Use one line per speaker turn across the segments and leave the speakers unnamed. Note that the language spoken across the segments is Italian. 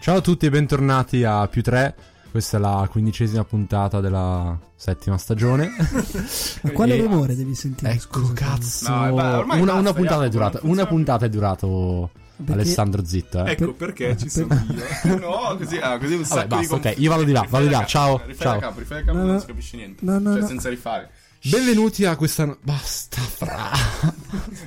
Ciao a tutti e bentornati a Più 3. Questa è la quindicesima puntata della settima stagione.
Ma quale
E-
rumore devi sentire?
Eh, Ecco,
scusa?
cazzo.
No, eh, beh, ormai
una, una
basta,
puntata è
Jacopo,
durata.
non
Una
funziona.
puntata è durato.
Perché-
Alessandro Zitta. eh.
Ecco perché ci sono io. No, così, ah, così un
Vabbè,
sacco di
basta,
confusione.
ok, io vado di là,
Rifai
vado di
la
là,
cam-
ciao,
Rifai
ciao.
la capo, rifai la capo,
No, no.
non si capisce niente.
No, no,
cioè,
no.
senza rifare.
Benvenuti a questa. no- Basta, fra.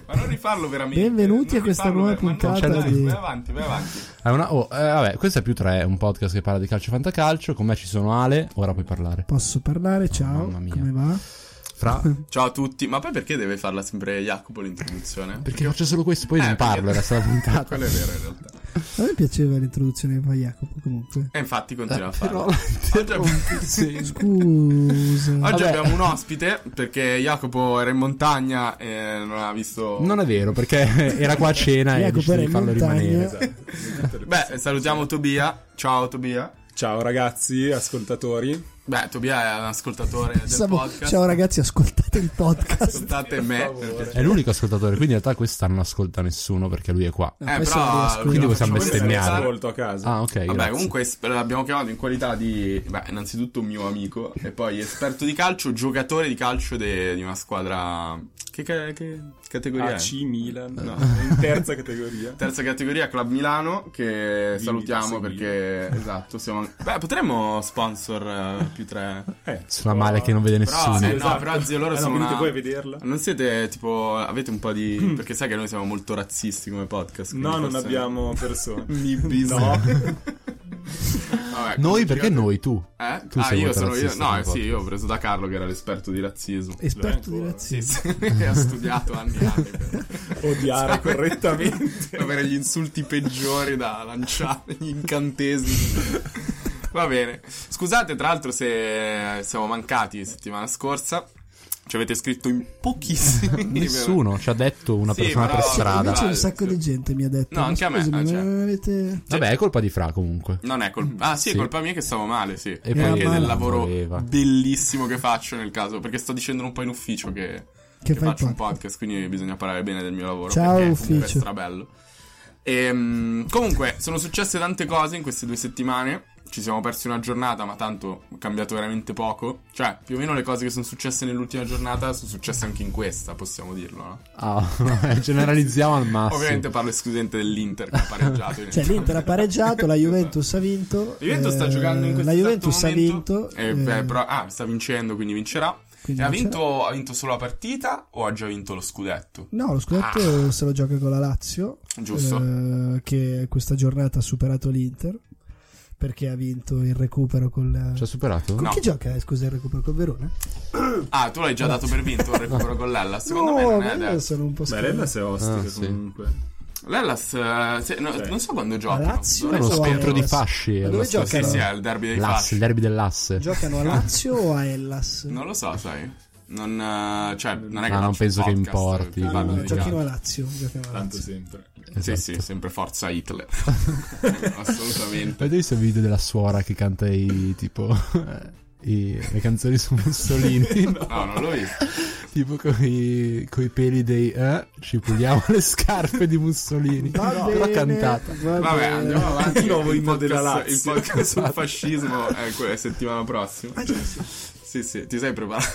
Ma non rifarlo veramente.
Benvenuti
non
a questa
rifarlo
nuova
ver- ma no,
puntata
dai,
di-
Vai avanti, vai avanti.
È una- oh, eh, vabbè, questo è più 3, un podcast che parla di calcio e fantacalcio. Con me ci sono Ale, ora puoi parlare.
Posso parlare? Ciao,
Mamma mia.
come va?
Fra.
Ciao a tutti. Ma poi perché deve farla sempre Jacopo l'introduzione?
Perché faccio solo questo, poi
Eh,
non parlo,
perché-
era stata puntata.
Quello è vero in realtà.
A me piaceva l'introduzione che fa Jacopo comunque.
E infatti continua a
Eh, Però
farlo.
la
Oggi abbiamo-
interrompi sempre.
Scusa.
Oggi
Vabbè.
abbiamo un ospite perché Jacopo era in montagna e non ha visto...
Non è vero, perché era qua a cena e ho deciso
Jacopo era
Eh, di
in
farlo
montagna.
rimanere. esatto.
Beh, salutiamo Tobia. Ciao Tobia.
Ciao ragazzi, ascoltatori.
Beh, Tobia è un ascoltatore del
Siamo-
podcast.
Ciao ragazzi, ascoltate il podcast.
Ascoltate me. perché-
È l'unico ascoltatore, quindi in realtà quest'anno non ascolta nessuno perché lui è qua.
Eh,
Poi se lo
però...
riascolti-
Quindi possiamo
lo facciamo
bestemmiare.
ascoltare.
Ascolto a casa.
Ah, ok.
Vabbè,
grazie.
comunque es- l'abbiamo chiamato in qualità di, beh, innanzitutto un mio amico e poi esperto di calcio, giocatore di calcio de- di una squadra... Che, ca- che categoria
AC
è?
Milan,
No.
in terza categoria.
Terza categoria, Club Milano, che
Dimmi,
salutiamo
sì.
perché... Esatto, siamo... Beh, potremmo sponsor eh, più tre...
Eh,
Suona male che non vede
Però,
nessuno.
eh, no, però zio, loro
Eh, no,
sono
venite
una-
voi a vederla.
Non siete tipo. Avete un po' di. Perché sai che noi siamo molto razzisti come podcast. quindi
No, non
forse-
abbiamo persone.
Nibbis.
No.
Vabbè,
Noi
quindi-
perché noi, tu?
Eh?
Tu
ah,
sei
io
molto
sono io.
razzista
No,
come
eh, sì, io ho preso da Carlo che era l'esperto di razzismo.
Esperto di
Ancora.
Sì,
razzismo.
sì. e ha studiato anni e anni per
Odiare correttamente.
per avere gli insulti peggiori da lanciare, gli incantesimi. Va bene. Scusate, tra l'altro, se siamo mancati settimana scorsa. Ci avete scritto in pochissimi.
Nessuno ci ha detto una
Sì,
persona
però-
per
Sì,
strada.
Invece
dai,
un sacco
sì.
di gente mi ha detto.
No,
"Ma
anche a me,
scusami,
eh, cioè.
ma non avete...
Vabbè, è colpa di Fra comunque.
Non è colpa. Ah, sì,
Sì.
è colpa mia che stavo male, sì.
E
E
poi
perché
male.
del lavoro
Voleva.
bellissimo che faccio nel caso. Perché sto dicendo un po' in ufficio che,
Che
che
fai
faccio un
podcast.
podcast, quindi bisogna parlare bene del mio lavoro.
Ciao,
perché comunque
ufficio.
è strabello. Ehm, comunque, sono successe tante cose in queste due settimane. Ci siamo persi una giornata, ma tanto è cambiato veramente poco. Cioè, più o meno le cose che sono successe nell'ultima giornata sono successe anche in questa, possiamo dirlo, no?
Ah, generalizziamo al massimo.
Ovviamente parlo esclusivamente dell'Inter che ha pareggiato. in
Cioè l'Inter ha pareggiato, la Juventus ha vinto.
La Juventus sta
eh,
giocando in questo
La Juventus ha
esatto
vinto.
momento.
eh,
Eh, beh, però- ah, sta vincendo, quindi vincerà.
quindi
E ha,
non c'era-
vinto, ha vinto solo la partita o ha già vinto lo scudetto?
No, lo scudetto se lo gioca con la Lazio.
Ah. Giusto.
eh, che questa giornata ha superato l'Inter. Perché ha vinto il recupero con la...
Ci ha superato?
con
no.
chi gioca, eh, scusa, il recupero con Verona?
Ah, tu l'hai già dato per vinto il recupero con l'Ellas? Secondo
no,
me non è
ma io
adesso.
sono un po'
Beh,
scherzo.
Lellas è ospite
Ah, sì.
comunque.
L'Ellas, eh, se- no,
Sì.
non so quando
La
gioca.
Lazio
È uno
o a
scontro di
Hellas?
fasci.
Ma dove
Lo-
gioca?
Sì, sì, è il derby dei
L'asse, il
fasci.
derby dell'asse.
Giocano a Lazio o a Hellas?
Non lo so, sai. Non, eh, cioè, non è che
Ah, non
faccio
penso
un
che
podcast,
importi,
eh,
Ah,
parlo
no,
di
giochino
calcio.
a Lazio. Giochino a
Tanto
Lazio.
sempre.
Ah, Sì,
Esatto.
sì, sempre forza Hitler. Assolutamente.
Avete visto il video della suora che canta i tipo i- le canzoni su Mussolini?
No, non l'ho visto.
tipo con i peli dei eh, ci puliamo le scarpe di Mussolini.
Va
Però
bene,
cantata.
va
Vabbè,
bene.
andiamo avanti.
Il nuovo inno
podcast-
della Lazio.
Il podcast sul fascismo è que- settimana prossima. Sì, sì, ti sei preparato.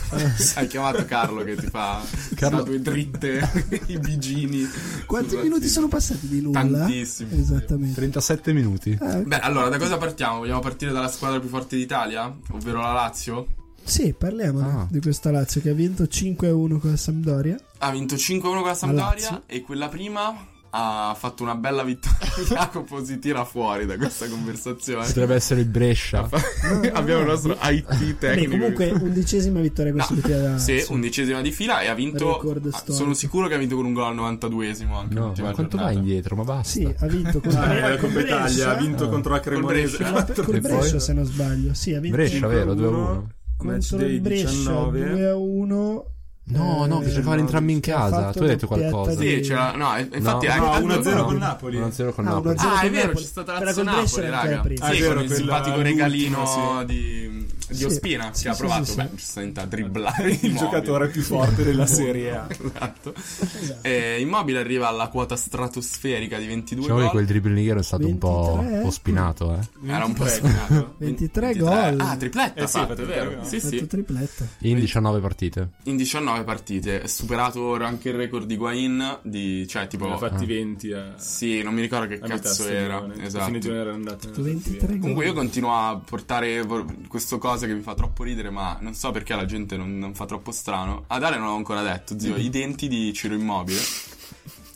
Hai chiamato Carlo che ti fa
Carlo-
le due dritte, i bigini.
Quanti
sul
minuti
razzismo.
sono passati di nulla?
Tantissimi.
Esattamente.
37 minuti.
Ah, ok.
Beh, allora, da cosa partiamo? Vogliamo partire dalla squadra più forte d'Italia, ovvero la Lazio?
Sì, parliamo
Ah.
di questa Lazio che ha vinto 5-1 con la Sampdoria.
Ha vinto 5-1 con la
Lazio.
Sampdoria e quella prima ha fatto una bella vittoria. Jacopo si tira fuori da questa conversazione.
Potrebbe essere il Brescia.
Abbiamo il nostro IT
Beh,
tecnico.
comunque, undicesima vittoria consecutiva della Lazio.
Sì, undicesima di fila e ha vinto.
Record
ah,
storico.
Sono sicuro che ha vinto con un gol al 92esimo. Anche
No,
l'ultima
ma quanto
giornata.
va indietro? Ma basta.
Sì, ha vinto con
Ah,
con
è la Coppa
Brescia.
Italia, ha vinto contro la Cremonese.
Ah. Brescia.
Con la- Col
E poi?
Brescia, se non sbaglio. Sì, ha vinto
Brescia, vero? 2-1.
2-1. Match
contro
day
il Brescia 2
19.
a 1
No, no, che cercavano
no,
entrambi in
ha
casa.
fatto
Tu hai detto
doppietta
qualcosa.
di-
Sì, c'era. No, e- infatti eh,
No,
anche
no,
tanto-
1-0 con
No,
Napoli.
1-0 con
Ah,
Napoli.
1-0.
Ah, è
con
vero,
Napoli.
c'è stata
Era
la Lazio
col Brescia
Napoli,
era ancora
raga.
prima.
Sì,
Ah, è vero,
con il
quella
simpatico
l'ultima,
regalino di. di
Sì.
Ospina
Sì,
che ha
sì,
provato
sì, sì.
beh, giustamente a dribblare
Il giocatore più forte della Serie A.
Esatto.
Esatto.
Eh, immobile arriva alla quota stratosferica di 22
Diciamo che
gol.
quel dribblinghiero è stato un po',
23?
un po' spinato, eh.
Era un po'
23.
segnato.
23 gol.
Ah, tripletta,
Eh
ha
sì,
fatto, è
23
vero.
gol.
Sì,
Ha
sì.
fatto tripletta.
In 19 partite.
In 19 partite, è superato ora anche il record di Guain di cioè
Ne ha
tipo
fatti 20 a,
Sì, non mi ricordo che
a metà
cazzo
stagione.
era.
A
Esatto.
Fine giorno era andato.
Ha fatto 23 gol.
Comunque io continuo a portare vor- questo cosa che mi fa troppo ridere, ma non so perché la gente non, non fa troppo strano. Ad Ale non l'ho ancora detto, zio,
Mm.
i denti di Ciro Immobile.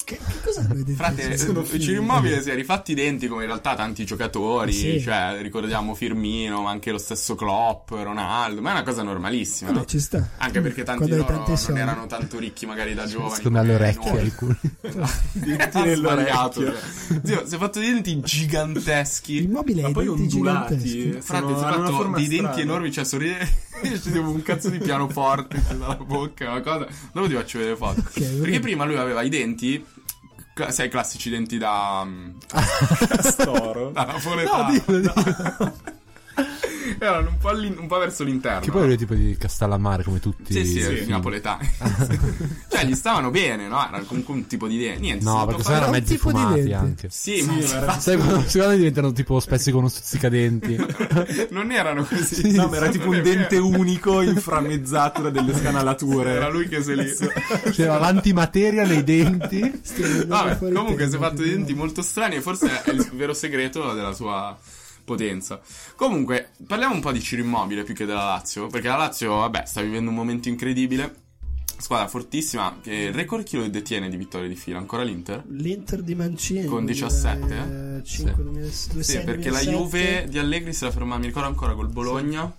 Che, che cosa hanno
Frate, eh,
sono figli.
Ciro Immobile si è rifatti i denti come in realtà tanti giocatori,
Sì.
cioè ricordiamo Firmino, ma anche lo stesso Klopp, Ronaldo, ma è una cosa normalissima.
Vabbè,
no?
ci sta.
Anche perché tanti
Quando
di
hai
loro
tanti
non
soldi.
erano tanto ricchi magari da giovani. Eh,
Secondo me
come
all'orecchia
noi.
il culo.
Denti
Ha
nell'orecchio.
sbagliato. cioè. Zio, si è fatto dei denti giganteschi.
Immobile
Ma
e
poi
denti giganteschi.
ondulati.
Frate,
sono-
si è
hanno una
fatto
forma
dei denti
strana.
enormi, cioè sorride. Scedevo un cazzo di pianoforte dalla bocca, una cosa. Dopo ti faccio vedere le foto.
Ok,
Perché
vabbè.
prima lui aveva i denti. cla- Sai, i classici denti da. mm,
Castoro.
da
Esatto.
napoletano. Erano un po', all'in- un po' verso l'interno.
Che poi lui è tipo di Castellammare come tutti.
Sì, sì,
i
i napoletani. cioè, gli stavano bene, no? Era comunque un tipo di denti. Niente, si è
No,
fatto
perché
fare-
sono
un
mezzi
tipo di
fumati
denti.
anche.
Sì,
Sì,
ma
ma era-
Sai, quando- secondo me diventano tipo spessi con uno stuzzicadenti.
non erano così.
No, ma era tipo un dente
unico.
unico inframmezzato da delle scanalature.
Era lui che se li.
C'era l'antimateria nei denti.
Vabbè, comunque si è fatto dei denti molto strani e forse è il vero segreto della sua potenza. Comunque, parliamo un po' di Ciro Immobile più che della Lazio, perché la Lazio, vabbè, sta vivendo un momento incredibile. Squadra fortissima, che il record chi lo detiene di vittorie di fila? Ancora l'Inter?
L'Inter di Mancini. eh,
Con 17?
5, 2006,
Sì, perché la
2007.
Juve di Allegri se la ferma, mi ricordo ancora, col Bologna,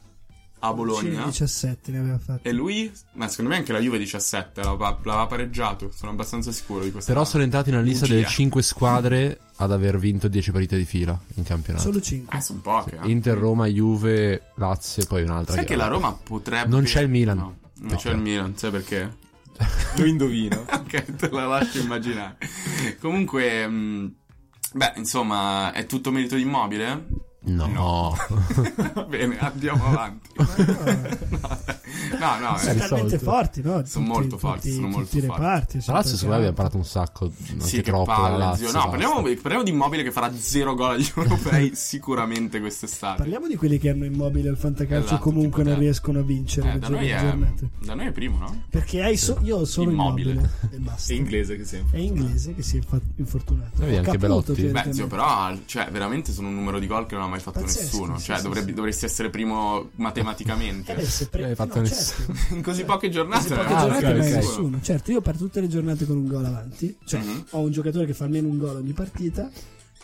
a Bologna.
Mancini 17 ne aveva fatti.
E lui, ma secondo me anche la Juve 17 l'aveva, l'aveva pareggiato, sono abbastanza sicuro di questo.
Però sono entrati nella lista
Bugia.
delle 5 squadre ad aver vinto 10 partite di fila in campionato.
Solo 5.
Eh, sono poche. eh.
Inter, Roma, Juve, Lazio e poi un'altra.
Sai
che-
che la Roma potrebbe.
Non c'è il Milan.
No, non
No.
c'è il Milan, sai perché?
Lo indovino.
ok, te la lascio immaginare. Comunque, mh, beh, insomma, è tutto merito di immobile?
No.
Bene, andiamo avanti. no, no,
Sì,
eh,
Eh, risolto.
eh, Talmente forti, no? Sono
molto forti, sono molto
tutti i
forti.
reparti,
Tra l'altro secondo me abbiamo parlato un sacco. Anche
sì, che
troppo della
palle,
Lazio,
zio. No,
basta.
parliamo, parliamo di immobile che farà zero gol agli europei sicuramente quest'estate.
Parliamo di quelli che hanno immobile al fantacalcio
Esatto,
comunque
tipo
non
te.
riescono a vincere
Eh,
le
da, noi
giorn-
è,
giornate.
da noi è primo, no?
Perché hai so- io sono
Immobile.
immobile. e
È
basta.
inglese che sempre.
È inglese che si è fa- infortunato.
Vedi, anche Belotti.
che-
Beh, zio, però, cioè, veramente sono un numero di gol che non ha mai fatto
Pazzesco,
nessuno.
sì,
Cioè,
sì,
dovrebbe-
sì.
dovresti essere primo matematicamente.
Eh beh, se pre-
Non hai fatto
no,
nessuno.
certo.
In così poche giornate.
Così poche
Ah,
giornate
ok,
non è
ok.
nessuno. Certo, io per tutte le giornate con un gol avanti, cioè
Mhm.
ho un giocatore che fa almeno un gol ogni partita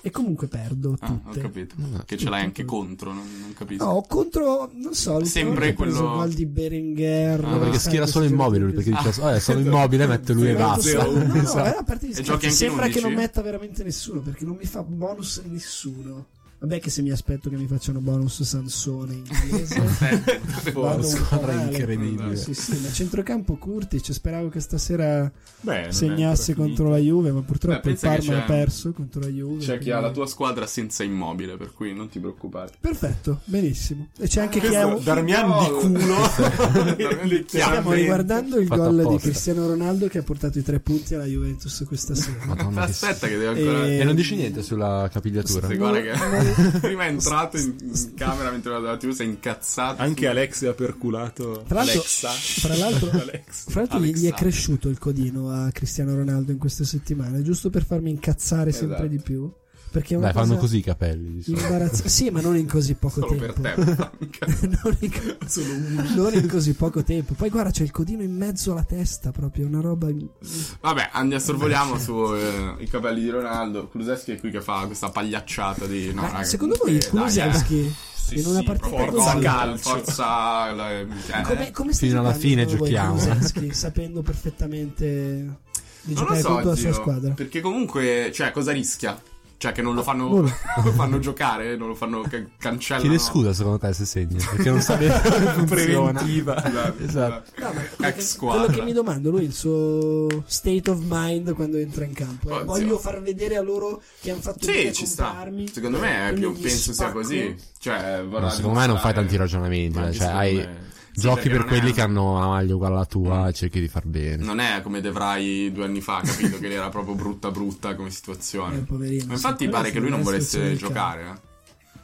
e comunque perdo
Ah, ho
tutte.
capito. Che ce l'hai anche contro, non, non capisco.
No, contro, non so, l'ultima
Sempre
volta ho preso
quello-
il gol di Berenguer.
Ah,
No, perché
sai,
schiera solo
questi
immobile lui,
giocatori
perché dice "Ah, è solo immobile, mette lui e
Zero,
basta.
zero.
No, no,
Esatto.
è una partita di
E
scherzo.
giochi anche in
Sembra che non
11?
metta veramente nessuno perché non mi fa bonus nessuno. Vabbè, che se mi aspetto che mi facciano bonus Sansone in inglese.
Forse.
squadra
male.
incredibile.
Sì, sì, ma centrocampo Curtic, speravo che
Eh,
stasera
Beh, non
segnasse
è ancora
contro la Juve, ma purtroppo
Beh,
il
pensa che
Parma
c'è-
ha perso contro la Juve.
C'è chi ha
quindi-
la tua squadra senza immobile, per cui non ti preoccupare.
Perfetto, benissimo. E c'è anche chi
finito.
ha
Questo
un...
Darmian di
culo.
Stiamo riguardando il
Fatto
gol di
apposta.
Cristiano Ronaldo che ha portato i tre punti alla Juventus questa sera.
Madonna, che
Aspetta che devi ancora...
E-
E non dici niente sulla capigliatura.
Se guarda che prima è entrato in, in camera mentre guardava la TV, sei incazzato.
Anche Alex ha perculato
Tra l'altro-
Alexa.
Fra l'altro,
Alex.
fra l'altro gli,
Alexa.
gli è cresciuto il codino a Cristiano Ronaldo in queste settimane, giusto per farmi incazzare sempre
Esatto.
di più. Perché è una
Dai, fanno
cosa
così i capelli. di solito.
imbarazzante. Sì, ma non in così poco
Solo per
tempo.
te. Franca.
non, in, non in così poco tempo. Poi guarda, c'è il codino in mezzo alla testa, proprio una roba. in-
Vabbè, andiamo, sorvoliamo su eh, i capelli di Ronaldo. Kuluseschi è qui che fa questa pagliacciata di... No,
Ma
raga,
secondo voi
eh,
Kulusevski
dai, eh.
in una
Sì, sì,
partita
proprio
così-
gol, Forza... la- eh,
come, come sta
Fino alla
giocando
fine
voi,
giochiamo.
Kulusevski, sapendo perfettamente di
Non lo
giocare
so,
contro la sua
zio,
squadra?
Perché comunque, cioè, cosa rischia? Cioè, che non lo fanno,
Nulla.
lo fanno giocare, non lo fanno ca- cancellare.
Chiede scusa secondo te se segni, perché non sa bene come funziona. Esatto.
Ex
Quello che
squadra.
mi domando lui, il suo state of mind quando entra in campo. eh.
Oddio.
Voglio far vedere a loro che hanno fatto bene a
Sì, ci sta.
comprarmi,
Secondo me è
quindi
più,
gli
penso sia
spacco.
così. Cioè, vorrà
No, secondo me non fai
dimostrare-
tanti ragionamenti,
Ma
eh,
anche
cioè
secondo
hai
me- Sì,
giochi
perché
per
non
quelli
è- Mm.
che hanno la maglia uguale alla tua e cerchi di far bene.
Non è come Devrai due anni fa, capito? che era proprio brutta brutta come
Eh,
situazione.
poverino,
Ma
sì,
infatti
quello
pare
sì,
che lui non
la situazione
volesse
del
giocare. eh.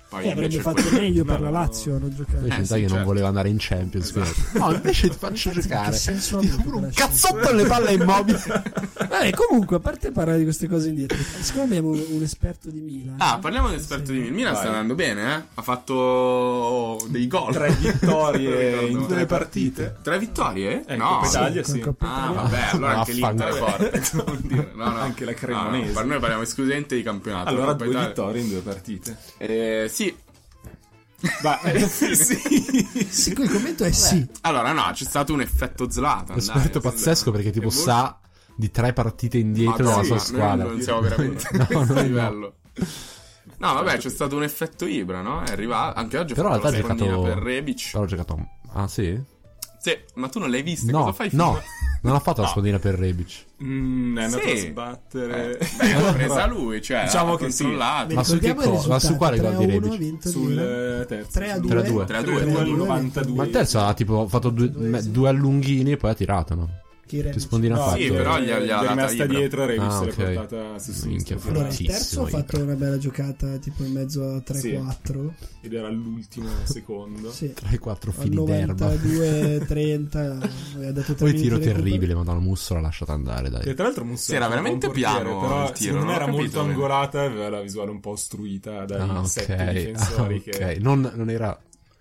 Poi
campo. Eh, avrebbe
invece
fatto
quello-
meglio per
No,
la
no.
Lazio a non giocare.
Invece sai
Eh,
che
sì,
non
certo. Esatto.
voleva andare in Champions. quindi- No, invece ti faccio giocare.
Che senso ha avuto quella
Cazzotto alle palle immobili.
scelta? Vabbè, comunque, a parte parlare di queste cose indietro, siccome abbiamo un, un esperto di Milan.
Ah, parliamo dell'esperto di Milan. Milan sta
Vai.
andando bene, eh? Ha fatto dei gol.
Tre vittorie
Ricordo.
in due partite.
Tre vittorie?
Ecco,
Eh,
no.
Coppa Italia, sì.
Ah, vabbè, allora anche l'Inter è
Vaffanculo.
forte. devo dire. No, no.
Anche la Cremonese.
No, no, per noi parliamo esclusivamente di campionato.
Allora
Coppa
due
Italia.
vittorie in due partite.
Eh, sì. Eh,
Ma
sì, il commento è sì.
Allora, no, c'è stato un effetto Zlatan. dai,
Esperto
nel
pazzesco
senso-
perché tipo
esatto. Che vuol-
sa di tre partite indietro
Ma
dalla
Ah, sì,
sua
ma
squadra.
Noi non siamo veramente
No,
a questo
noi no.
livello. No, vabbè, c'è stato un effetto Ibra, no? È arrivato. Anche oggi
Certo. Però
ha
in
fatto
realtà
la
ha
seronnina
giocato
per Rebic.
Però ha giocato Ah, sì?
Sì, ma tu non l'hai vista. Cosa
No,
fai
no.
fino-
Non ha fatto la spadina per Rebic.
Mm, è andato
Sì.
a sbattere.
Eh, beh, l'ha presa lui, cioè,
Diciamo
l'ha
che sì.
controllato.
Ma su che
Ricordiamo il
cosa? Ma su quale
risultato,
gol di
3-1
Rebic?
vinto il
sul
Milan.
eh, terzo.
3 a 2
3 a 2.
3 a
3 a 2 al 92.
Ma il terzo ha tipo fatto due, me- due allunghini e poi ha tirato, no? Che spondina ha
No,
fatto?
sì, però- gli ha-
è
gli ha data
rimasta
Ibra.
dietro e Rebic
Ah,
se l'è
ok.
portata su
Minchia,
sinistra.
Allora, il
Fortissimo,
terzo ha
Ibra.
fatto una bella giocata tipo in mezzo a 3-4.
Ed era l'ultimo secondo.
Sì.
3-4
Al
fili d'erba.
92, 30, ha dato tre
Poi
minuti
tiro
di recupero.
terribile, madonna, Musso l'ha lasciato andare,
Che
dai.
tra l'altro Musso
Sì, era
un buon
veramente
portiere,
piano il
però
tiro,
secondo
non
me
ho
era
capito
molto
bene.
angolata e aveva la visuale un po' ostruita dai
Ah,
sette
ok. Ah,
difensori
ok.
che
Non, non era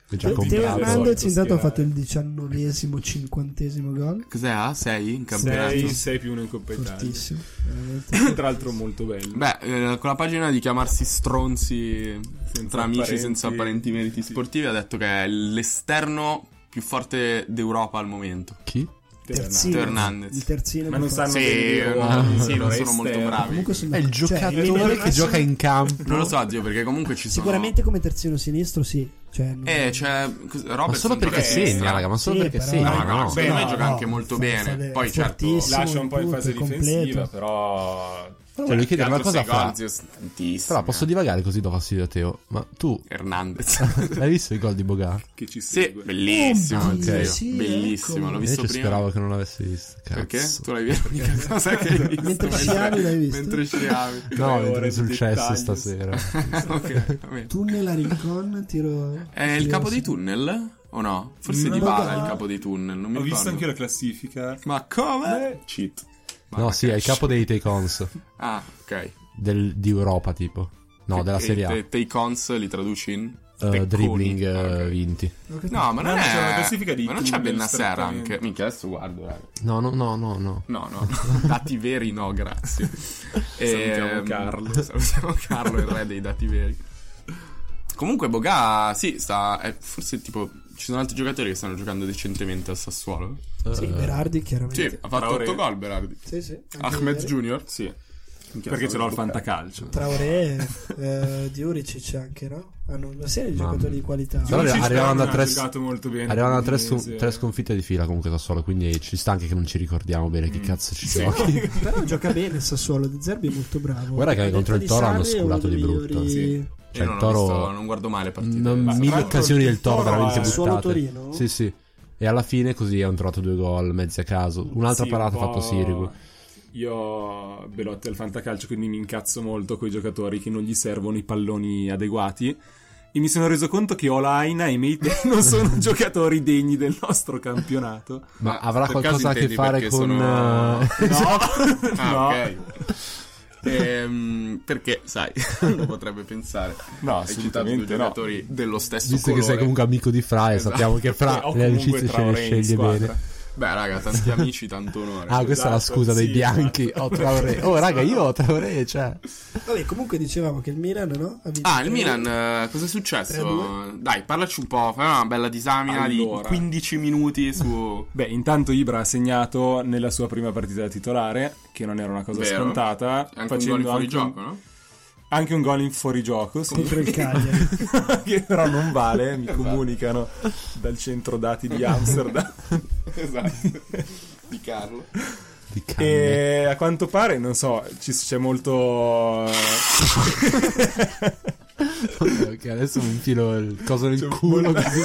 già
Te-
Teo
Comprare.
comprato.
Hernandez
Solito
intanto ha
schierare.
fatto il diciannovesimo, cinquantesimo gol.
Cos'è A? 6 in campionato?
6, 6 più 1 in Coppa Italia.
Fortissimo. veramente.
Tra l'altro molto bello.
Beh, eh, con la pagina di chiamarsi stronzi
Senza
tra amici
apparenti-
senza apparenti meriti
sì.
sportivi ha detto che è l'esterno più forte d'Europa al momento.
Chi?
Terzo.
Terzino.
Hernandez.
Il terzino.
Ma non
per
sanno
Sì,
bene
no,
uomini,
sì, non sono
esterni.
molto
forza. Comunque
bravi.
sono
È il
cioè,
giocatore che gioca in campo.
Non lo so, zio, perché comunque ci sono
Sicuramente come terzino sinistro, sì. Cioè, non-
Eh, cioè cos- Robertson
Ma solo perché
gioca a
segna,
destra.
raga, ma solo
Sì,
perché
però-
segna,
no,
no?
secondo me
No,
gioca
no,
anche molto
fa- fa
bene.
de-
Poi certo,
fortissimo.
Lascia un po' in
Tutto,
fase
è completo.
difensiva, però
Cioè, lui chiede, ma
Teatro
cosa
sei
fa?
gol, zio, s-
Però
tantissimo.
posso divagare così do fastidio a Teo, ma tu
Hernandez.
hai visto i gol di Bogar?
che ci
Sì,
segue.
bellissimo,
Oh,
zio,
sì,
bellissimo,
ecco.
l'ho visto
Invece
prima.
speravo che non l'avessi visto. Cazzo.
Perché? Tu l'hai visto? L'unica cosa che hai visto
Mentre sciavi l'hai visto?
Mentre sciavi.
No,
Tre ore
mentre
di
sul cesso
dettagli.
stasera.
ok, va bene.
Tunnel a Rincon, tiro...
È Eh, il
tiro-
capo dei tunnel? O no? Forse
No,
di Bala è il
no.
capo dei tunnel, non mi
Ho
ricordo.
visto anche la classifica.
Ma come?
Eh, Cheat.
Ma
No,
ma
sì,
che-
è il capo dei Takons
Ah, ok.
del, di Europa, tipo. No,
E-
della
e
Serie A.
te- Take ons li traduci in?
Eh,
Tecconi.
dribbling eh,
Ah, ok.
vinti.
Ho capito.
No, ma non
No,
è...
c'è una classifica di
ma non c'è
tunnel
Ben Nasser
strettamente.
anche? Minchia, adesso guardo, raga.
No, no, no, no, no.
No, no, dati veri no, grazie.
Salutiamo
Ehm,
Carlo.
Salutiamo Carlo, il re dei dati veri. Comunque Boga, sì, sta... è- forse tipo... Ci sono altri giocatori che stanno giocando decentemente al Sassuolo.
Sì,
Eh,
Berardi
Sì,
chiaramente.
ha fatto
Traoré.
8 gol Berardi.
Sì, sì. anche
Ahmed
ieri.
Junior.
Sì. Perché ce l'ho al fantacalcio.
Traoré, eh, Diurici c'è anche, no? Hanno una serie di
Mamma
giocatori di
mia.
qualità.
Però
Lucic
arrivavano
non
da
ha
tre-
giocato molto bene.
Arrivano a tre, scu-
Udinese.
tre sconfitte di fila comunque da solo, quindi ci sta anche che non ci ricordiamo bene che cazzo ci giochi.
Però gioca bene il Sassuolo, De Zerbi è molto bravo.
Guarda che
La
contro
detta
il
di
Toro hanno
Sarri è
sculato
uno dei
di brutto.
migliori-
Cioè,
Io non,
il
ho
Toro-
visto- non guardo mai le partite. Ah,
Non-
Ma tra
mille
l'altro
occasioni
il
del Toro
Toro
veramente
è-
Solo
buttate.
Torino?
Sì, sì. E alla fine così hanno trovato due gol, mezzi a caso. Un'altra
Sì,
parata
un
ha fatto
po'-
Sirigu.
Io Belotti al fantacalcio, quindi mi incazzo molto con i giocatori che non gli servono i palloni adeguati. E mi sono reso conto che Olaina e Meite non sono giocatori degni del nostro campionato.
Ma avrà
per caso
qualcosa a che
intendi
fare
perché
con...
sono-
eh,
No,
Ah,
no,
ok. Ehm, perché, sai, uno potrebbe pensare.
no,
Hai citato due
assolutamente no.
giocatori dello stesso
Visto che
colore.
sei comunque amico di Fra e
Esatto.
sappiamo che
Eh,
Fra
ho
le
comunque
amicizie ce le
Traoré in
sceglie
squadra.
bene.
Beh, raga, tanti amici, tanto onore.
Ah, questa è la
Esatto,
scusa dei
sì,
bianchi.
esatto.
Ho Traoré. Oh, raga, io ho Traoré, cioè...
Vabbè, comunque dicevamo che il Milan, no? Ha vinto
Ah, il
tre-
Milan, eh, cosa
3 a
è successo? Dai, parlaci un po', fai una bella disamina di
Allora.
15 minuti su...
Beh, intanto Ibra ha segnato nella sua prima partita da titolare, che non era una cosa
Vero.
scontata.
Anche un gol in
facendo
fuori
anche un-
gioco, no?
Anche un gol in fuorigioco, sì.
contro il Cagliari.
che però non vale, mi comunicano dal centro dati di Amsterdam.
Ah,
esatto. Di Carlo.
Di canne.
e a quanto pare, non so, ci- c'è
eh,
molto... eh,
Ok, adesso mi infilo il coso nel
C'è un
culo.
buon-
così.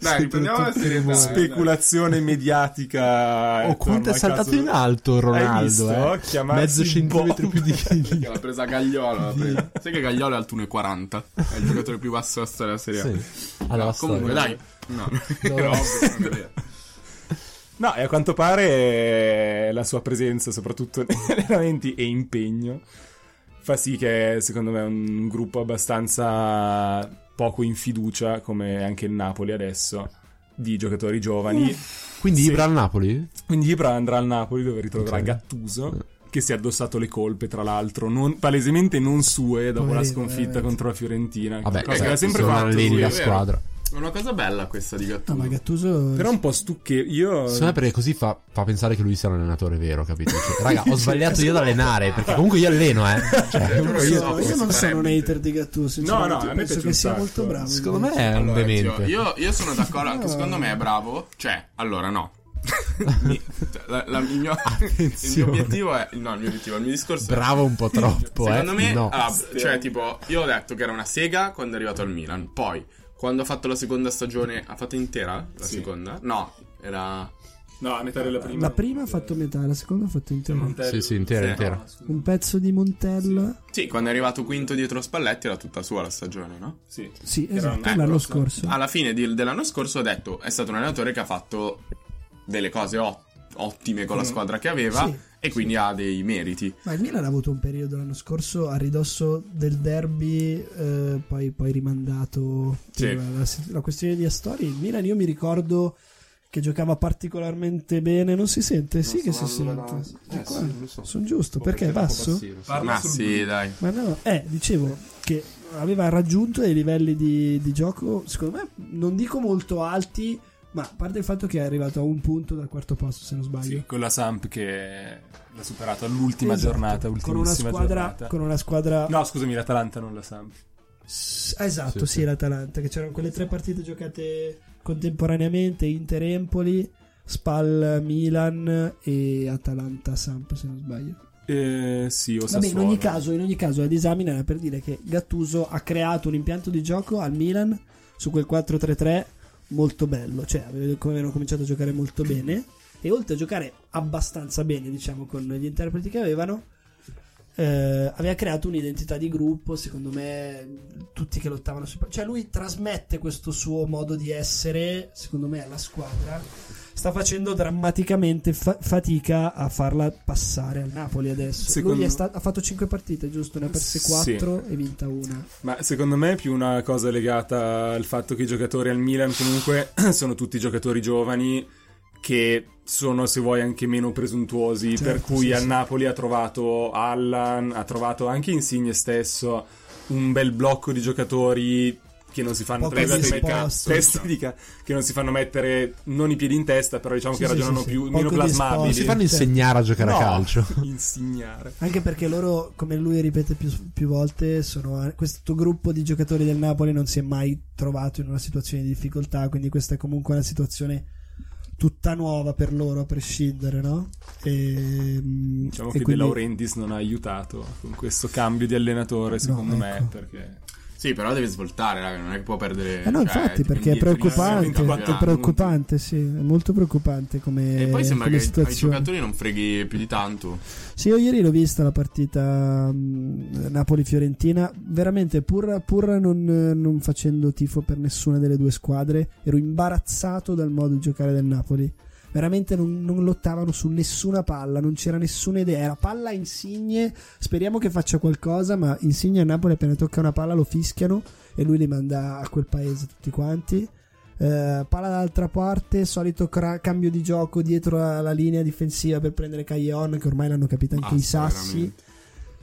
Dai, riprendiamo la serietà.
speculazione mediatica. ecco,
Oh, Conte è saltato in alto
Hai
Ronaldo,
visto?
eh.
Chiamarsi
Mezzo centimetro
bomba.
più di
Che l'ha presa Gagliolo. l'ha presa. Sai che Gagliolo è alto 1,40. È il giocatore più basso della storia della Serie A.
Sì. Allora,
No, comunque,
storia.
dai. No,
No.
era ovvio, non era.
No, e a quanto pare eh, la sua presenza, soprattutto negli allenamenti e impegno, fa sì che secondo me un gruppo abbastanza poco in fiducia, come anche il Napoli adesso, di giocatori giovani.
Quindi
Sì. Ecco,
Ibra al Napoli?
Quindi Ibra andrà al Napoli dove ritroverà
Ok.
Gattuso, che si è addossato le colpe, tra l'altro, non- palesemente non sue dopo la
Poverino,
sconfitta
veramente.
contro la Fiorentina.
Vabbè, cioè,
cosa
sai,
che ha sempre
non
fatto
alleni
lui.
la
è vero.
squadra.
È Una cosa bella questa di
No,
Gattuso.
ma Gattuso
Però un po' stucche. Io...
Secondo me perché così fa, fa pensare che lui sia un allenatore vero, capito? Cioè, raga, ho sbagliato io ad allenare, perché comunque io alleno, eh. Cioè,
Non
Però
so,
io
io,
dopo si
non sono un
farebbe.
hater di Gattuso.
No, no, a me
sinceramente, penso
piace
che
un
sia
sacco.
molto bravo.
secondo me è un
Allora,
demente.
zio, io, io sono d'accordo anche, secondo me è bravo. Cioè, allora no. Mi- cioè, la- la- il, mio, il mio
Attenzione.
obiettivo è... No, il mio obiettivo, il mio discorso è...
Bravo un po' troppo,
Secondo
eh.
me,
no.
ah, cioè, tipo, io ho detto che era una sega quando è arrivato al Milan. Poi, quando ha fatto la seconda stagione, ha fatto intera la
Sì.
seconda? No, era.
No, a metà della prima.
La prima ha fatto metà, la seconda ha fatto intero.
Sì, sì, intera,
Sì,
intera.
Un pezzo di Montella.
Sì, quando è arrivato quinto dietro Spalletti, era tutta sua la stagione, no?
Sì.
Sì,
Era Ah, un
esatto,
anno
l'anno
scorso.
scorso.
Alla fine di- dell'anno scorso ho detto: è stato un allenatore che ha fatto delle cose ot- ottime con la
Mm.
squadra che aveva.
Sì,
e quindi ha dei meriti.
Ma il Milan ha avuto un periodo l'anno scorso a ridosso del derby, eh, poi, poi rimandato
Sì.
la, la- la questione di Astori. Il Milan io mi ricordo che giocava particolarmente bene, non si sente? sì che si sente. Sono giusto, perché è basso?
Ma sì, dai.
Ma no, eh, dicevo che aveva raggiunto dei livelli di, di gioco, secondo me, non dico molto alti, ma a parte il fatto che è arrivato a un punto dal quarto posto, se non sbaglio.
Sì, con la Samp che l'ha superato all'ultima
Esatto.
giornata,
Con una
ultimissima
squadra...
giornata.
Con una squadra
No, scusami, l'Atalanta non la Samp.
S- ah, esatto,
Sì,
sì,
sì.
l'Atalanta, che c'erano quelle tre partite giocate contemporaneamente, Inter-Empoli, Spal-Milan e Atalanta-Samp, se non sbaglio.
Eh, sì, o
Vabbè, in
Sassuolo.
ogni, caso, in ogni caso la disamina era per dire che Gattuso ha creato un impianto di gioco al Milan su quel 4-3-3 molto bello, cioè avevano avevano cominciato a giocare molto bene e oltre a giocare abbastanza bene, diciamo, con gli interpreti che avevano, eh, aveva creato un'identità di gruppo, secondo me tutti che lottavano su... Cioè lui trasmette questo suo modo di essere, secondo me, alla squadra. Sta facendo drammaticamente fa- fatica a farla passare al Napoli adesso.
Secondo-
Lui è sta- ha fatto 5 partite, giusto? Ne ha perse
Sì.
4 e vinta una.
Ma secondo me è più una cosa legata al fatto che i giocatori al Milan comunque sono tutti giocatori giovani che sono, se vuoi, anche meno presuntuosi.
Certo,
per cui
sì,
a
sì.
Napoli ha trovato Allan, ha trovato anche Insigne stesso un bel blocco di giocatori che non si fanno
Poco
testa di
disposti.
ca- testa di ca- che non si fanno mettere non i piedi in testa, però diciamo
Sì,
che
sì,
ragionano
sì, sì.
più
Poco
meno plasmabili.
Non si fanno insegnare a giocare a
No,
calcio.
Insignare.
Anche perché loro, come lui ripete più, più volte, sono, questo gruppo di giocatori del Napoli non si è mai trovato in una situazione di difficoltà, quindi questa è comunque una situazione tutta nuova per loro, a prescindere, no? E, mm,
Diciamo
e
che
quindi-
De Laurentiis non ha aiutato con questo cambio di allenatore, secondo me,
ecco.
perché
Sì, però deve svoltare, raga, non è che può perdere.
Eh no,
cioè,
infatti,
tipo
perché è
indietro in
preoccupante.
avanti,
È
avanti.
preoccupante, sì, è molto preoccupante come,
E poi sembra
come
che ai
situazione.
giocatori non freghi più di tanto.
Sì, io ieri l'ho vista la partita mh, Napoli-Fiorentina. Veramente, pur, pur non, non facendo tifo per nessuna delle due squadre, ero imbarazzato dal modo di giocare del Napoli. Veramente non, non lottavano su nessuna palla, non c'era nessuna idea. Era palla a insigne. Speriamo che faccia qualcosa, ma insigne a Napoli appena tocca una palla lo fischiano e lui li manda a quel paese tutti quanti. Eh, palla dall'altra parte, solito cra- cambio di gioco dietro la, la linea difensiva per prendere Caglion, che ormai l'hanno capito anche i
Basta,
sassi.
veramente.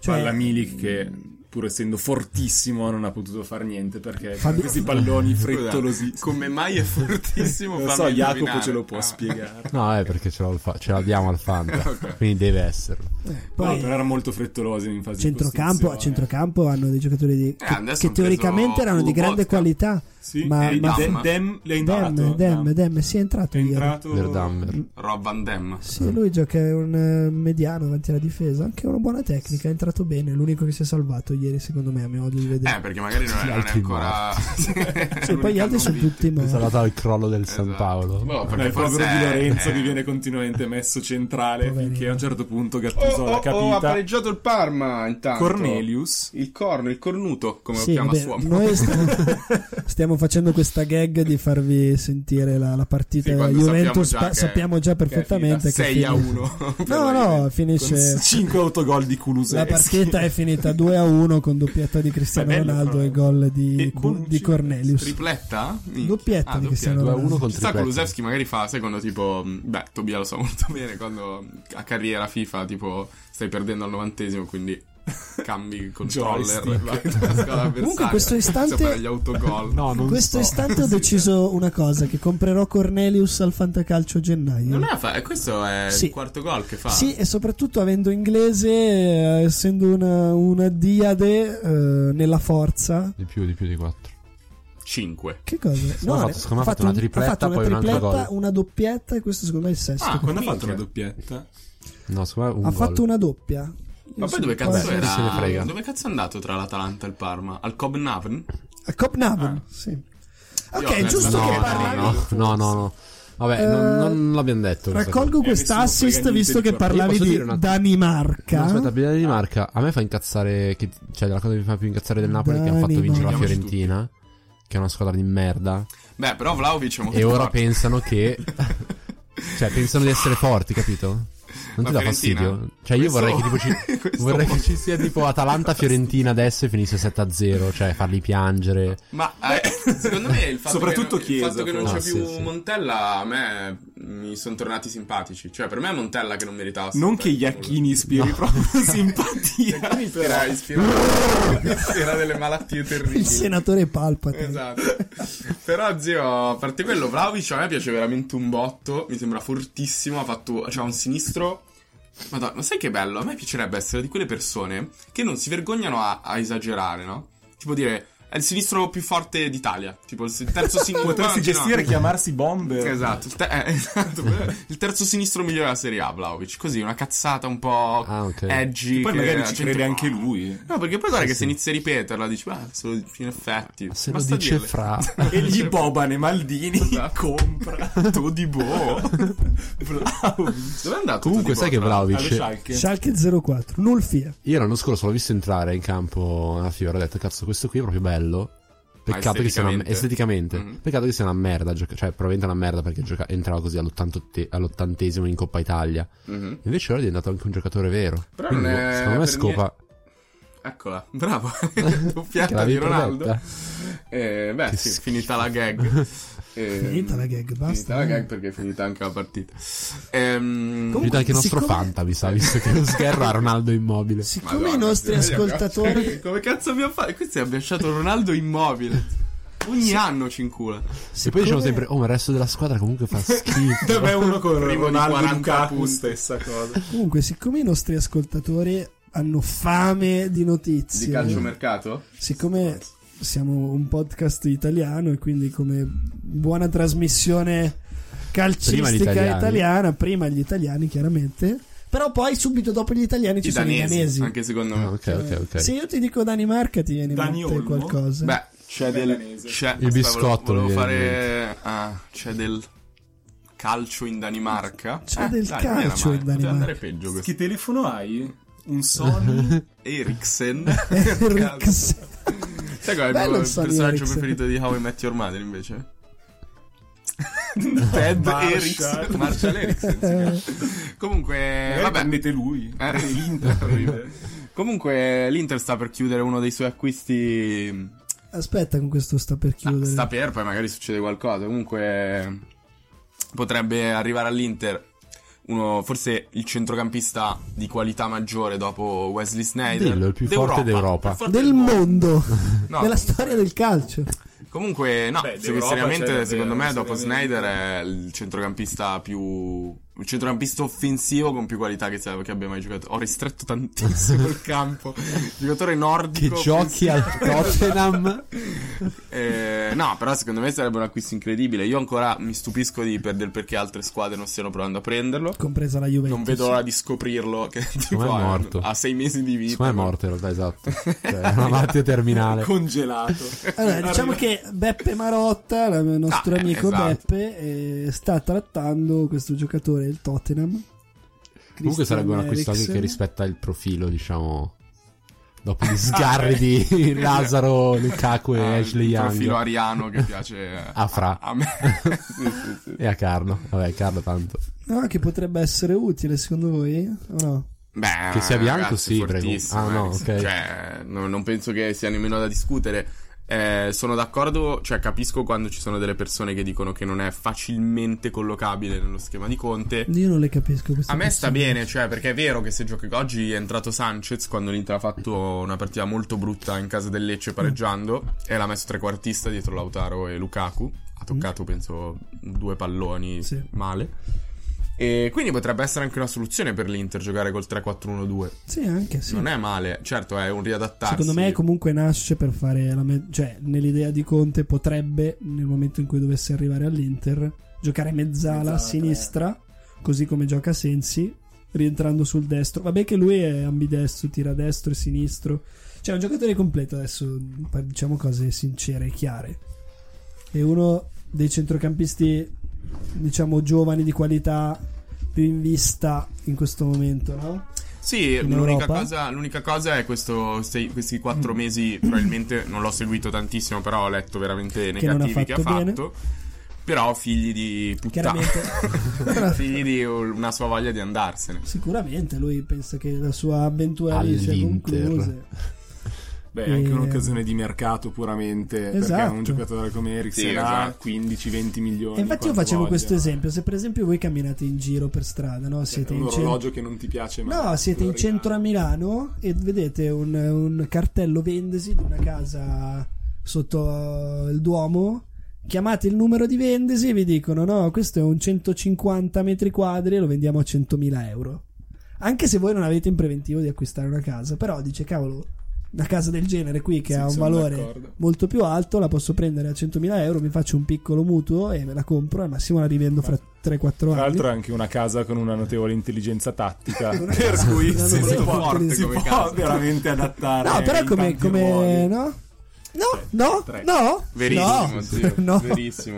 Cioè,
Palla Ah, Milik che pur essendo fortissimo, non ha potuto fare niente perché
Fabio-
questi palloni
Scusa,
frettolosi.
Come mai è fortissimo?
Lo
farmi
so, Jacopo
indovinare.
ce lo può
Ah.
spiegare.
No, è perché ce, l'ho al fa- ce l'abbiamo al Fanta. Quindi deve esserlo.
Poi
Poi
però era molto frettoloso in Eh, fase
centrocampo,
di
a
costruzione.
centrocampo hanno dei giocatori di- che,
adesso
che
hanno
teoricamente
preso
erano di grande
Kubotka.
qualità.
Sì,
ma-
e
ma-
Dem, Dem l'ha
Dem,
entrato.
Dem,
Dem.
Dem, si è entrato
Esatto, È
ieri.
entrato
Mm.
Verdammer.
Rob Van Dam.
Sì, lui gioca un eh, mediano davanti alla difesa. Anche una buona tecnica. È entrato bene. è L'unico che si è salvato ieri, secondo me. A mio modo di vedere.
Eh, perché magari non,
Gli
non è
altri
ancora. Eh,
Cioè, poi gli altri sono tutti
È
morti.
salvato al crollo del San Paolo.
Boh,
È eh.
perché
il povero
forse
di
è-
Lorenzo
è-
che viene continuamente messo centrale
Poverino.
finché a un certo punto
Oh,
Gattuso l'ha
oh,
capita.
oh, ha pareggiato il Parma intanto.
Cornelius
Il corno, il cornuto, come
Sì,
lo chiama
vabbè,
suo amore.
noi st- stiamo facendo questa gag di farvi sentire la, la partita
Sì, quando
Juventus.
sappiamo già
pa-
che-
sappiamo già perfettamente che
6 a
finisce-
1.
No, no,
con
finisce.
5 autogol di
La
Kulusevski.
partita è finita 2 a 1 con doppietta di Cristiano
Beh, bello,
Ronaldo
però.
e gol di,
E con-
di Cornelius.
Tripletta? Minchia.
Doppietta
Ah,
di Cristiano
doppietta. 2 a 1
Ronaldo.
con-
Ci sta
Tripletta.
Kulusevski magari fa, sai quando tipo, mh, beh, Tobia lo sa molto bene, quando a carriera FIFA tipo stai perdendo al novantesimo, quindi cambi il controller e vai sulla squadra avversaria,
questo istante-
inizia a fare gli autogol.
No,
In
non
questo
so.
istante ho deciso una cosa: che comprerò Cornelius al fantacalcio a gennaio.
Non è fa- questo è
Sì.
il quarto gol che fa.
Sì, e soprattutto avendo inglese, eh, essendo una, una diade eh, nella forza.
Di più, di più di 4.
5.
Che cosa?
No, ha fatto- secondo me ha fatto una
un-
tripletta,
ha fatto una
poi un altro
tripletta,
gol.
una doppietta, e questo secondo me è il sesto.
Ah,
Quando ha fatto
Minchia.
la doppietta?
No, secondo me un
ha
gol.
fatto una doppia.
Ma
Io
poi
so-
dove cazzo
Vabbè,
era?
chi se ne frega.
Dove cazzo è andato tra l'Atalanta e il Parma? Al Cobnaven?
A Copenaghen,
Ah.
sì. Ok,
adesso-
giusto
No,
che
No,
parlavi.
no, no, no, no, no. Vabbè,
Eh,
non, non l'abbiamo detto. questa
Raccolgo
Eh, nessuno frega
quest'assist
niente
visto
di
che
Cornelius.
parlavi
Posso
di
dire una-
Danimarca.
No, aspetta, prima di Marca, a me fa incazzare, che, cioè la cosa che mi fa più incazzare del Napoli è che hanno fatto vincere la
Danimarca.
Fiorentina, che è una squadra di merda,
Beh, però Vlaovic è molto
e ora
forte.
pensano che... cioè, pensano di essere forti, capito? Non
La
ti dà
Fiorentina?
fastidio? Cioè, io
Questo-
vorrei che tipo ci,
questo
vorrei che
mondo-
ci sia tipo Atalanta-Fiorentina adesso e finisse 7-0, cioè farli piangere.
Ma eh, secondo me il fatto, che,
Soprattutto
non- il
Chiesa,
fatto che non
forse.
c'è
Ah,
più
sì, sì.
Montella a me mi sono tornati simpatici. Cioè, per me è Montella che non meritava
Non
assolutamente
che
nulla.
Iacchini ispiri proprio simpatia.
Iacchini
però.
ispira, ispira, ispira delle malattie terribili.
Il senatore Palpatine.
Esatto. Però, zio, a parte quello, Vlaovic a me piace veramente un botto. Mi sembra fortissimo. Ha fatto. Cioè, un sinistro. Madonna, ma sai che bello? A me piacerebbe essere di quelle persone che non si vergognano a, a esagerare, no? Tipo dire. È il sinistro più forte d'Italia. Tipo il se- terzo sinistro.
Potresti
no, no,
gestire e
no.
chiamarsi bomber.
Esatto, il, te- eh, esatto. il terzo sinistro migliore della Serie A, Vlaovic. Così, una cazzata un po'
Ah, ok.
edgy.
Poi
che
magari
la
ci
gente-
crede anche lui.
No, perché poi guarda
Eh Sì,
che
sì.
se inizi a ripeterla dici, ma se lo in effetti.
Se lo
basta
dice
dirle."
Fra.
E gli Bobane Maldini
Esatto. boh.
compra Todibo Vlaovic
Oh, Dove è andato?
Comunque,
Todibo,
sai che
tra l'altro?
allo
Vlaovic...
Schalke.
Schalke 04, Nulfia.
Io l'anno scorso l'ho visto entrare in campo a Fiore, ho detto, cazzo, questo qui è proprio bello. Peccato che sia una
esteticamente.
esteticamente.
Mhm.
Peccato che sia una merda. gioca- cioè, probabilmente una merda perché gioca- entrava così all'ottantotte- all'ottantesimo in Coppa Italia.
Mhm.
Invece ora è diventato anche un giocatore vero.
Però
Quindi,
non è
boh, secondo me
per
scopa.
Eccola, bravo.
Che
Doppiata
l'avevi
di Ronaldo.
predetta.
Eh, beh,
Che
sì,
schifo.
finita la gag. Eh,
Finita la gag, basta.
Finita la gag perché è finita anche la partita. Ehm,
È finito anche il nostro
siccome-
Fanta, mi sa, visto che lo scherra Ronaldo immobile.
Siccome
Madonna,
i nostri
zio, vedi,
ascoltatori
abbiamo- Come cazzo abbiamo fatto? Questi abbiamo lasciato Ronaldo immobile. Ogni anno ci incula.
E poi diciamo sempre, oh, ma il resto della squadra comunque fa schifo.
Vabbè uno con
Primo di
Ronaldo
40
Lukaku
punti.
stessa cosa
Comunque, siccome i nostri ascoltatori hanno fame di notizie,
Di calciomercato?
siccome siamo un podcast italiano e quindi come buona trasmissione
Prima gli
calcistica
italiani.
italiana, prima gli italiani chiaramente, però poi subito dopo gli italiani ci
I
sono i danesi.
danesi, anche secondo me.
Ah, ok, ok, ok.
Se io ti dico Danimarca ti viene in
Dani
mente
Olmo?
qualcosa.
Beh, c'è
Beh,
del.
danese.
C'è,
Il
aspetta,
biscotto
Volevo, volevo
mi viene
fare. Ah, c'è del calcio in Danimarca.
C'è
Eh,
del
dai, non era
calcio
male,
in
poteva andare
Danimarca.
peggio questo.
Che telefono hai? Un
Eh,
Sony?
Eriksen.
Rix.
Sai qual è il
Bello
mio
il Sonny
personaggio
Eriksen.
preferito di How I Met Your Mother invece? Ted
Marshall.
Eriksen. Marshall Eriksen. sì. Comunque,
Magari
vabbè.
prendete lui
Eh.
L'Inter
Comunque, l'Inter sta per chiudere uno dei suoi acquisti.
Aspetta con questo sta per
Ah,
chiudere.
sta per, poi magari succede qualcosa. Comunque, potrebbe arrivare all'Inter uno, forse il centrocampista di qualità maggiore dopo Wesley Snyder.
Dillo, il più
D'Europa,
forte d'Europa.
più forte
Del mondo,
No.
della storia del calcio.
Comunque, no,
Beh,
se-
d'Europa
seriamente,
c'è davvero,
secondo me, dopo
seriamente.
Snyder è il centrocampista più. Il centrocampista offensivo con più qualità che, sia- che abbia mai giocato. Ho ristretto tantissimo il campo. Giocatore
Che
nordico.
giochi al Tottenham.
Eh, no, però secondo me sarebbe un acquisto incredibile. Io ancora mi stupisco di per- del perché altre squadre non stiano provando a prenderlo.
Compresa la Juventus.
Non vedo l'ora di scoprirlo. Che tipo
me è
ha-
morto.
ha sei mesi di vita.
Secondo me è morto in realtà, esatto. Cioè, è una malattia terminale.
Congelato.
Allora, diciamo che Beppe Marotta, la- il nostro
Ah, eh,
amico
esatto.
Beppe, eh, sta trattando questo giocatore, il Tottenham.
Comunque
Christian
sarebbe un acquisto anche
Eriksen. Ah,
che rispetta il profilo, diciamo. Dopo gli sgarri di Lazzaro, Lukaku e
Ah,
Ashley
il
Young. Ah.
profilo ariano che piace
A Fra.
a me. Sì, sì, sì.
E a Carlo. Vabbè, Carlo tanto.
No, che potrebbe essere utile secondo voi? O no?
Beh,
Che sia bianco,
ragazzi,
sì, prego.
fortissimo,
Ah, no,
eh,
ok.
cioè, no- non penso che sia nemmeno da discutere. Eh, sono d'accordo, cioè capisco quando ci sono delle persone che dicono che non è facilmente collocabile nello schema di Conte.
Io non le capisco queste
A me sta
persone.
bene, cioè, perché è vero che se giochi oggi è entrato Sanchez quando l'Inter ha fatto una partita molto brutta in casa del
Mm.
Lecce pareggiando e l'ha messo trequartista dietro Lautaro e Lukaku. Ha toccato, penso, due palloni
Mm. Sì.
male. E quindi potrebbe essere anche una soluzione per l'Inter giocare col 3-4-1-2.
Sì, anche sì.
Non è male, certo, è un riadattarsi.
Secondo me comunque nasce per fare la me- cioè nell'idea di Conte potrebbe nel momento in cui dovesse arrivare all'Inter giocare mezzala,
Mezzala,
a sinistra, così come gioca Sensi, rientrando sul destro. Vabbè che lui è ambidestro, tira a destro e sinistro. Cioè è un giocatore completo adesso, pa- diciamo cose sincere e chiare. È uno dei centrocampisti diciamo giovani di qualità più in vista in questo momento, no?
Sì,
in
l'unica
Europa? Mm.
cosa, l'unica cosa è questo, sei- questi quattro mesi, probabilmente non l'ho seguito tantissimo, però ho letto veramente
Che non ha
negativi che ha
fatto bene.
fatto. Però figli di puttana.
Chiaramente.
figli di una sua voglia di andarsene.
Sicuramente lui pensa che la sua avventura lì sia
All'Inter.
conclusa.
Beh, è anche
Eh.
un'occasione di mercato puramente.
Esatto.
Perché un giocatore come Eriksen
Sì,
ha
esatto.
15-20 milioni.
E infatti io
quanto
facevo
voglia.
questo esempio, se per esempio voi camminate in giro per strada, no?
Cioè,
siete
un
in centro...
orologio che non ti piace ma
No, siete in
lo regali.
centro a Milano e vedete un, un cartello vendesi di una casa sotto eh, il Duomo. Chiamate il numero di vendesi e vi dicono: No, questo è un 150 metri quadri e lo vendiamo a 100.000 euro. Anche se voi non avete in preventivo di acquistare una casa, però dice: Cavolo, una casa del genere qui che
Sì,
ha un
sono
valore
d'accordo.
molto più alto, la posso prendere a 100.000 euro. Mi faccio un piccolo mutuo e me la compro. Al massimo la rivendo fra 3-4 anni.
Tra l'altro è anche una casa con una notevole intelligenza tattica,
Una
per
casa
cui
con una
se si
notevole
può,
intelligenza-
si può
casa.
veramente adattare.
No, però
Ah, eh, in
come,
tanti
come
ruoli.
no? No, no,
tre.
no,
Verissimo,
no,
zio.
no.
Verissimo,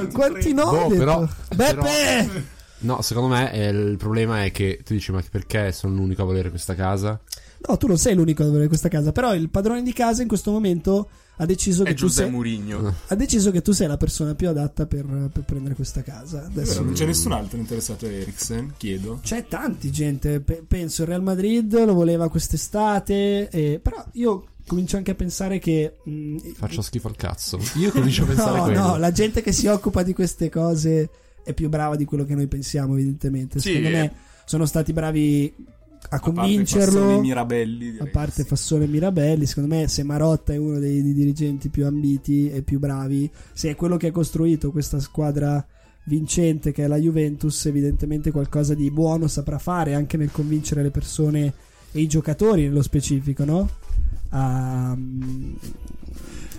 zio. eh.
Quanti no?
Boh,
ho detto?
però-
Beppe!
No, secondo me eh, il problema è che tu dici, ma perché sono l'unico a volere questa casa?
No, tu non sei l'unico ad avere questa casa, però il padrone di casa in questo momento ha deciso,
È
che tu,
Giuseppe
sei,
Mourinho.
ha deciso che tu sei la persona più adatta per, per prendere questa casa. Adesso
Allora, non c'è nessun altro interessato a Eriksen, chiedo.
C'è tanti gente, pe- penso il Real Madrid lo voleva quest'estate, e- però io comincio anche a pensare che... mm, mh,
Faccio schifo al cazzo. Io comincio a pensare
no,
quello.
no, la gente che si occupa di queste cose è più brava di quello che noi pensiamo, evidentemente.
Sì.
Secondo me sono stati bravi a
A parte Fassoni e
convincerlo.
Mirabelli,
A
direi.
parte Fassone e Mirabelli, secondo me se Marotta è uno dei, dei dirigenti più ambiti e più bravi, se è quello che ha costruito questa squadra vincente che è la Juventus, evidentemente qualcosa di buono saprà fare anche nel convincere le persone e i giocatori nello specifico, no? A,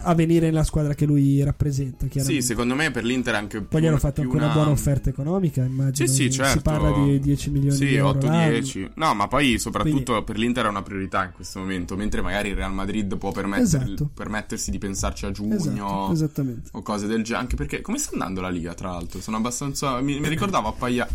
a venire nella squadra che lui rappresenta,
Sì,
chiaramente.
secondo me per l'Inter è anche
Poi gli hanno fatto
più
anche una... buona offerta economica,
Sì,
immagino.
sì, certo.
Si parla di 10 milioni
sì,
di euro.
8-10. No, ma poi soprattutto per l'Inter è una priorità in questo momento, mentre magari il Real Madrid può permettergli-
Esatto.
permettersi di pensarci a
l'anno.
giugno
Esatto, esattamente.
o cose del genere. Anche perché come sta andando la Liga, tra l'altro? Sono abbastanza... Mi,
Eh,
mi ricordavo appaiate.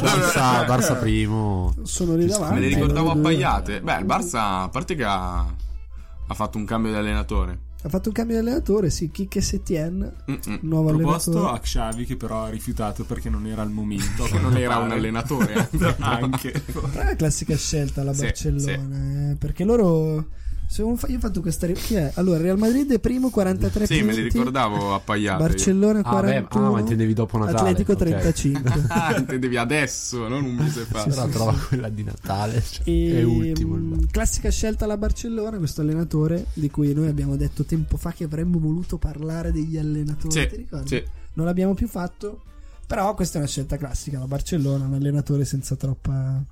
Barça, Barça primo.
Sono lì davanti.
Me le ricordavo
loro due.
appaiate. Beh, il Barça, a parte che ha, ha fatto un cambio di allenatore.
Ha fatto un cambio di allenatore, sì, Kike Setien,
Mm-mm.
nuovo
proposto
allenatore.
a Xavi che però ha rifiutato perché non era il momento.
Che non era un allenatore.
anche.
Però è la classica scelta alla
Sì,
Barcellona, eh, perché loro Se non fa- io ho fatto questa. ri- Chi è? Allora, Real Madrid è primo, 43
Sì,
punti.
me li ricordavo appaiati.
Barcellona
Ah, beh,
41.
ah, ma intendevi dopo Natale.
Atletico
ok.
35.
Ah, intendevi adesso, non un mese fa.
Però trova quella di Natale. cioè,
E,
è ultimo. il
mm,
bar.
classica scelta alla Barcellona, questo allenatore di cui noi abbiamo detto tempo fa che avremmo voluto parlare degli allenatori. ti
Sì,
ricordi?
sì.
Non l'abbiamo più fatto, però questa è una scelta classica. La Barcellona, un allenatore senza troppa.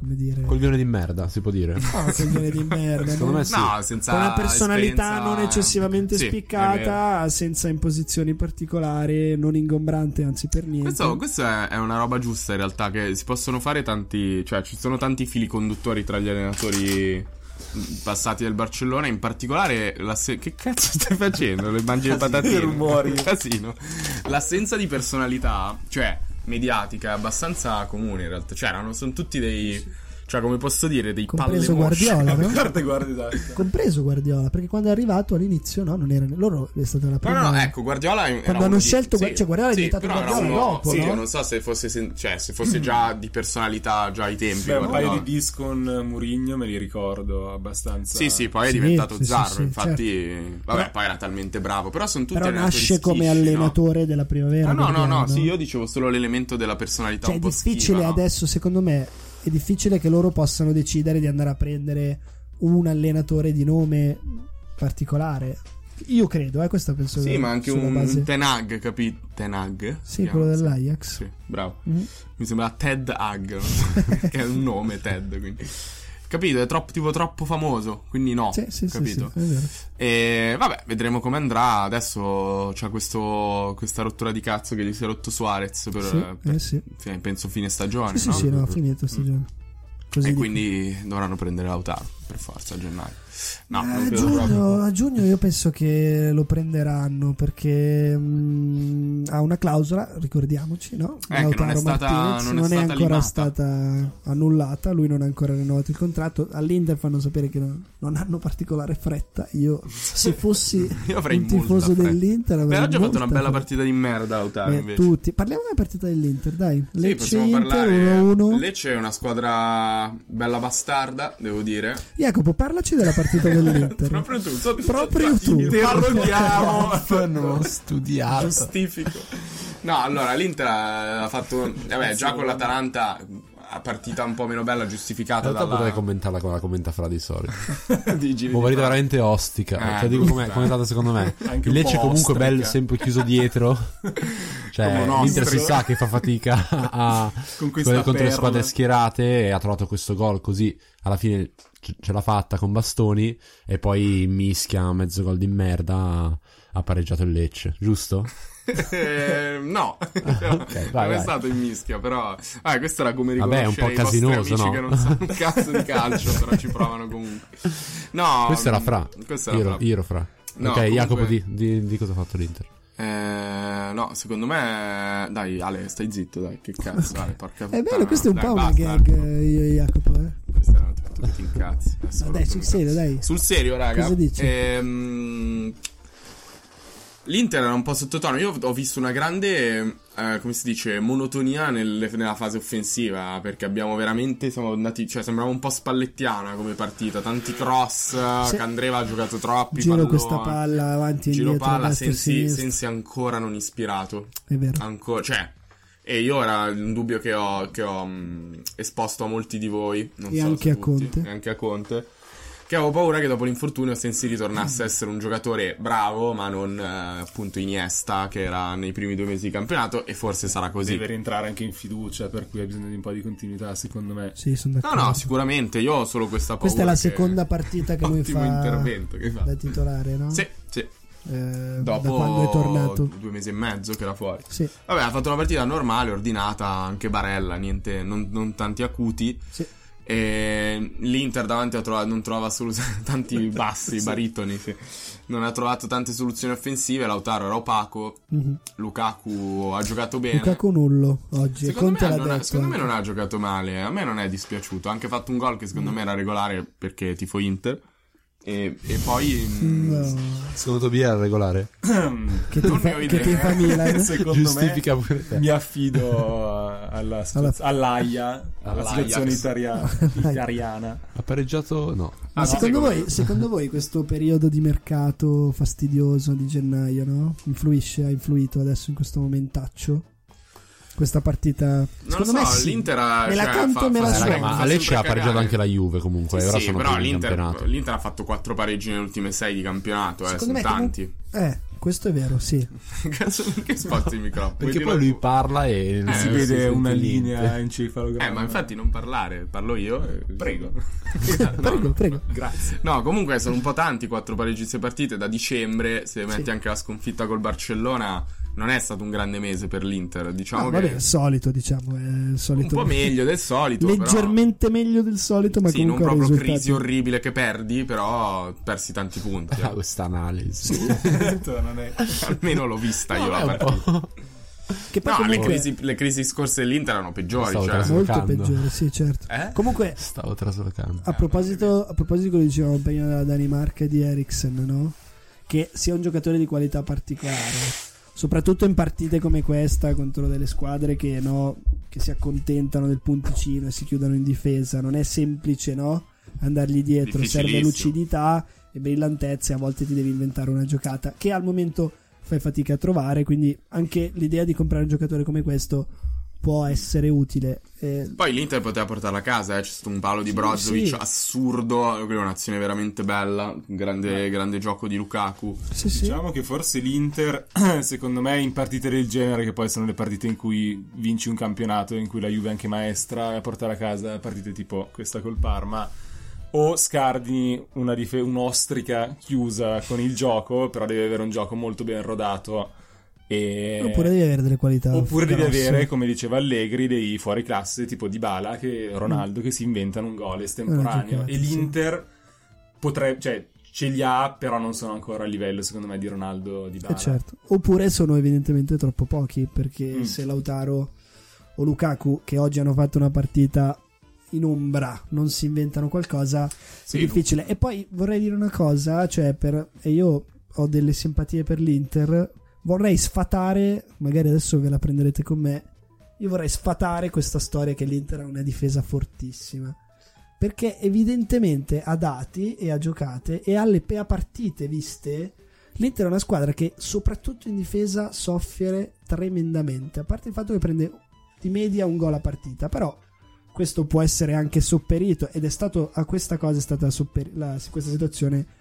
come dire.
Coglione di merda, si può dire.
No, un coglione di merda.
Secondo
no?
me sì.
No, senza
Eh Con una personalità
esperienza-
non eccessivamente
Sì, è vero.
spiccata, senza imposizioni particolari, non ingombrante, anzi per niente.
Questo, questo è, è una roba giusta in realtà, che si possono fare tanti, cioè ci sono tanti fili conduttori tra gli allenatori passati del Barcellona, in particolare la se- che cazzo stai facendo? Le mangi le patatine?
rumori.
Casino. L'assenza di personalità, cioè mediatica, è abbastanza comune in realtà, cioè erano- sono tutti dei... Cioè, come posso dire, dei
Compreso
pallemosci.
Guardiola, no?
Guarda, guarda, esatto. guarda.
Compreso Guardiola, perché quando è arrivato all'inizio, no, non era. Loro è stata la
No,
prima.
no, no, ecco, Guardiola è- era
Mm. Quando
uno
hanno
di-
scelto Gua- cioè, Guardiola è
sì,
diventato
però era
Guardiola
uno-
dopo,
sì,
no?
io non so se fosse, sen- cioè, se fosse già di personalità già ai tempi.
Beh, un
Guardiola.
paio di dis con Murigno me li ricordo abbastanza.
Sì, sì, poi è
Sì,
diventato
sì, sì,
Zarro,
sì, certo.
infatti... Vabbè,
Però-
poi era talmente bravo, però sono tutti
Però
allenatori
nasce come
schifi, no?
allenatore della primavera.
Ah, no, no,
guardiamo,
no, sì, io dicevo solo l'elemento della personalità
Cioè, è
un po'
difficile
schiva, no?
adesso, secondo me, è difficile che loro possano decidere di andare a prendere un allenatore di nome particolare. Io credo, eh, questo penso
Sì, ma anche
sulla
un
base-
Tenag, capito? Tenag? si
Sì,
chiama?
quello dell'Ajax.
Sì, bravo.
Mm.
Mi sembra Ted Hag, non so, che è un nome Ted, quindi... Capito? È troppo, tipo troppo famoso, quindi no,
Sì, sì, sì,
capito?
sì, è vero.
E vabbè, vedremo come andrà. Adesso c'è questo, questa rottura di cazzo che gli si è rotto Suarez per,
Sì,
per-
eh, sì.
fi- penso fine stagione,
Sì, sì,
no?
sì, no, finito stagione. Così
E
dico.
quindi dovranno prendere Lautaro per forza a gennaio. No,
Eh,
non
a,
credo proprio.
giugno, a giugno io penso che lo prenderanno perché mm, ha una clausola, ricordiamoci, no?
Eh, che non è stata- non è stata
ancora
limata.
stata annullata, lui non ha ancora rinnovato il contratto. All'Inter fanno sapere che non, non hanno particolare fretta. Io se fossi
Io avrei
un
molta
tifoso
fretta.
dell'Inter avrei
Beh, oggi ha fatto
molta
una bella
fretta.
partita di merda Lautaro
Beh,
invece.
tutti. Parliamo della partita dell'Inter, dai.
Sì,
Lecce
possiamo
Inter
parlare. eh.
1-1.
Lecce è una squadra bella bastarda, devo dire.
Jacopo, parlaci della partita dell'Inter.
Proprio tu, so-
Proprio tu.
Interroghiamo.
Hanno studiato.
Giustifico. No, allora l'Inter ha fatto. Vabbè, già con l'Atalanta. a Partita un po' meno bella,
In
giustificata
realtà potrei
dalla
commentarla come la commenta fra di solito.
di Gini
Una partita
di-
veramente ostica.
Eh,
Cioè, dico com'è,
brutta.
com'è stata secondo me.
Anche
Il
un
Lecce
po'
comunque
ostrica.
bello, sempre chiuso dietro.
Come
Cioè,
un
l'Inter si
ostrico.
sa che fa fatica a
Con questa
contro le
perla.
squadre schierate e ha trovato questo gol così alla fine ce ce l'ha fatta con bastoni e poi mischia mezzo gol di merda ha pareggiato il Lecce, giusto?
Eh, no,
ok, vai,
non è
vai.
stato in mischia, però ah, questo era come
Vabbè, è un
riconoscere
po'
i vostri
casinoso,
amici
no?
che non sanno un cazzo di calcio, però ci provano comunque. No,
Questo era
mh,
fra.
Questo era
Iro,
fra.
Iro fra.
No,
ok,
comunque-
Jacopo di, di- di cosa ha fatto l'Inter?
Eh, no, secondo me dai, Ale, stai zitto, dai, che cazzo, Ale, porca
È bello,
puttana,
questo è un
Ah, dai,
po' una
basta,
gag,
Arco.
eh, io e Jacopo. Eh.
Questo era tutto che ti incazzi. adesso
Ma
lo
dai, sul
prendo.
serio, dai.
Sul serio, raga.
Cosa dici?
Ehm, L'Inter era un po' sottotono. Io ho visto una grande, eh, come si dice, monotonia nel- nella fase offensiva. Perché abbiamo veramente. Siamo andati. Cioè, sembrava un po' spallettiana come partita. Tanti cross.
Sì.
Candreva ha giocato troppi.
Giro
palloni.
questa palla avanti e
Giro
indietro.
palla.
destra e
Sensi,
sinistra.
sensi ancora non ispirato.
È vero.
Ancora, cioè. E io era un dubbio che ho, che ho, mh, esposto a molti di voi. Non
E
so
anche
se
a
tutti,
Conte.
E anche a Conte. Che avevo paura che dopo l'infortunio Sensi ritornasse a essere un giocatore bravo, ma non eh, appunto Iniesta, che era nei primi due mesi di campionato, e forse sarà così.
Deve rientrare anche in fiducia, per cui ha bisogno di un po' di continuità, secondo me.
Sì, sono
No,
d'accordo.
no, sicuramente, io ho solo questa paura.
Questa è la
che-
seconda partita che lui
Ottimo
fa
intervento che fa.
da titolare, no?
Sì, sì.
Eh,
Dopo
Da quando è tornato.
due mesi e mezzo che era fuori.
Sì,
Vabbè, ha fatto una partita normale, ordinata, anche Barella, niente, non, non tanti acuti.
Sì.
E l'Inter davanti ha trovato- non trova assolutamente tanti bassi, baritoni. sì. Non ha trovato tante soluzioni offensive. Lautaro era opaco.
Mhm.
Lukaku ha giocato bene.
Lukaku nullo oggi. e
Secondo,
Conte
me
l'ha
non, ha,
detto
secondo me
anche.
non ha eh.
Mm.
giocato male. A me non è dispiaciuto. Ha anche fatto un gol che secondo me era regolare perché tifo Inter. E, e poi... mm,
No.
Secondo Tobia era regolare.
Che ti
Non ne
fa,
ho
che
idea.
ti fa Milan?
Secondo
Giustifica pure
me
te.
mi affido eh, alla,
Alla-
situa- all'AIA, alla
All'Ajax.
situazione italiana. italiana.
Ha pareggiato? No.
Ma
Ah, sì,
secondo,
secondo
voi, secondo voi questo periodo di mercato fastidioso di gennaio, no? Influisce, ha influito adesso in questo momentaccio? Questa partita...
Non lo
secondo
so,
me sì.
l'Inter ha...
Me la
cioè,
canto
fa-
e me
fa-
la
Eh, raga,
fa-
suono.
fa
ma a
sempre
Lecce ha pareggiato
cagare.
anche la Juve comunque.
Sì,
ora
sì,
sono
però
primi in
l'Inter,
campionato.
l'Inter ha fatto 4 pareggi nelle ultime 6 di campionato, eh,
Secondo
sono
me
tanti.
Eh, questo è vero, sì.
Cazzo, perché spazzi il microfono?
Perché
Vuoi
poi
dirlo
lui
tu?
parla e non
Eh,
Si
si
vede
sente
una
niente.
linea encefalogramma.
Eh, ma infatti non parlare, parlo io. eh, Prego.
Prego, prego.
Grazie.
No, comunque sono un po' tanti quattro pareggi sei partite da dicembre, se metti
Sì.
anche la sconfitta col Barcellona, non è stato un grande mese per l'Inter, diciamo
No,
che
Ah, vabbè, il solito, diciamo. È il
un
solito.
po' meglio del solito,
Leggermente meglio del solito, ma
però sì, non
comunque ha
proprio
risultati-
crisi orribile che perdi, però persi tanti punti.
Ah,
eh.
questa analisi.
non è...
Almeno l'ho vista io la
Vabbè, un
partita.
po'.
Che poi
No, le
comunque
crisi, le crisi scorse dell'Inter erano peggiori,
Stavo
cioè.
trasmettendo.
molto
giocando.
peggiore, sì, certo.
Eh?
Comunque,
Stavo traslocando.
a proposito, a proposito di quello che dicevamo prima della Danimarca e di Eriksen, no? Che sia un giocatore di qualità particolare. Soprattutto in partite come questa contro delle squadre che, no, che si accontentano del punticino e si chiudono in difesa. Non è semplice, no? Andargli dietro. Serve
Difficilissimo.
lucidità e brillantezza. e A volte ti devi inventare una giocata che al momento fai fatica a trovare. Quindi anche l'idea di comprare un giocatore come questo può essere utile. Eh,
Poi l'Inter poteva portarla a casa, eh, c'è stato un palo di Brozovic
sì.
assurdo, quella è un'azione veramente bella, un
Eh.
grande, grande gioco di Lukaku.
sì, sì.
Diciamo che forse l'Inter, secondo me, in partite del genere, che poi sono le partite in cui vinci un campionato, in cui la Juve è anche maestra, a portare a casa partite tipo questa col Parma, o scardini una dife- un'ostrica chiusa con il gioco, però devi avere un gioco molto ben rodato. E...
Oppure devi avere delle qualità.
Oppure devi
grosse.
avere, come diceva Allegri, dei fuori classe tipo Dybala che Ronaldo che si inventano un gol estemporaneo.
giocata,
E
Mm. sì.
l'Inter potrebbe, cioè, ce li ha, però non sono ancora a livello, secondo me, di Ronaldo di
Eh,
Dybala.
certo. Oppure sono evidentemente troppo pochi. Perché
Mm.
se Lautaro o Lukaku, che oggi hanno fatto una partita in ombra, non si inventano qualcosa, è difficile. E poi vorrei dire una cosa: cioè, per, e io ho delle simpatie per l'Inter. Vorrei sfatare, magari adesso ve la prenderete con me. Io vorrei sfatare questa storia che l'Inter ha una difesa fortissima. Perché evidentemente a dati e a giocate e alle pe- a partite viste, l'Inter è una squadra che soprattutto in difesa soffre tremendamente. A parte il fatto che prende di media un gol a partita, però questo può essere anche sopperito ed è stato a questa cosa è stata sopper- la- questa situazione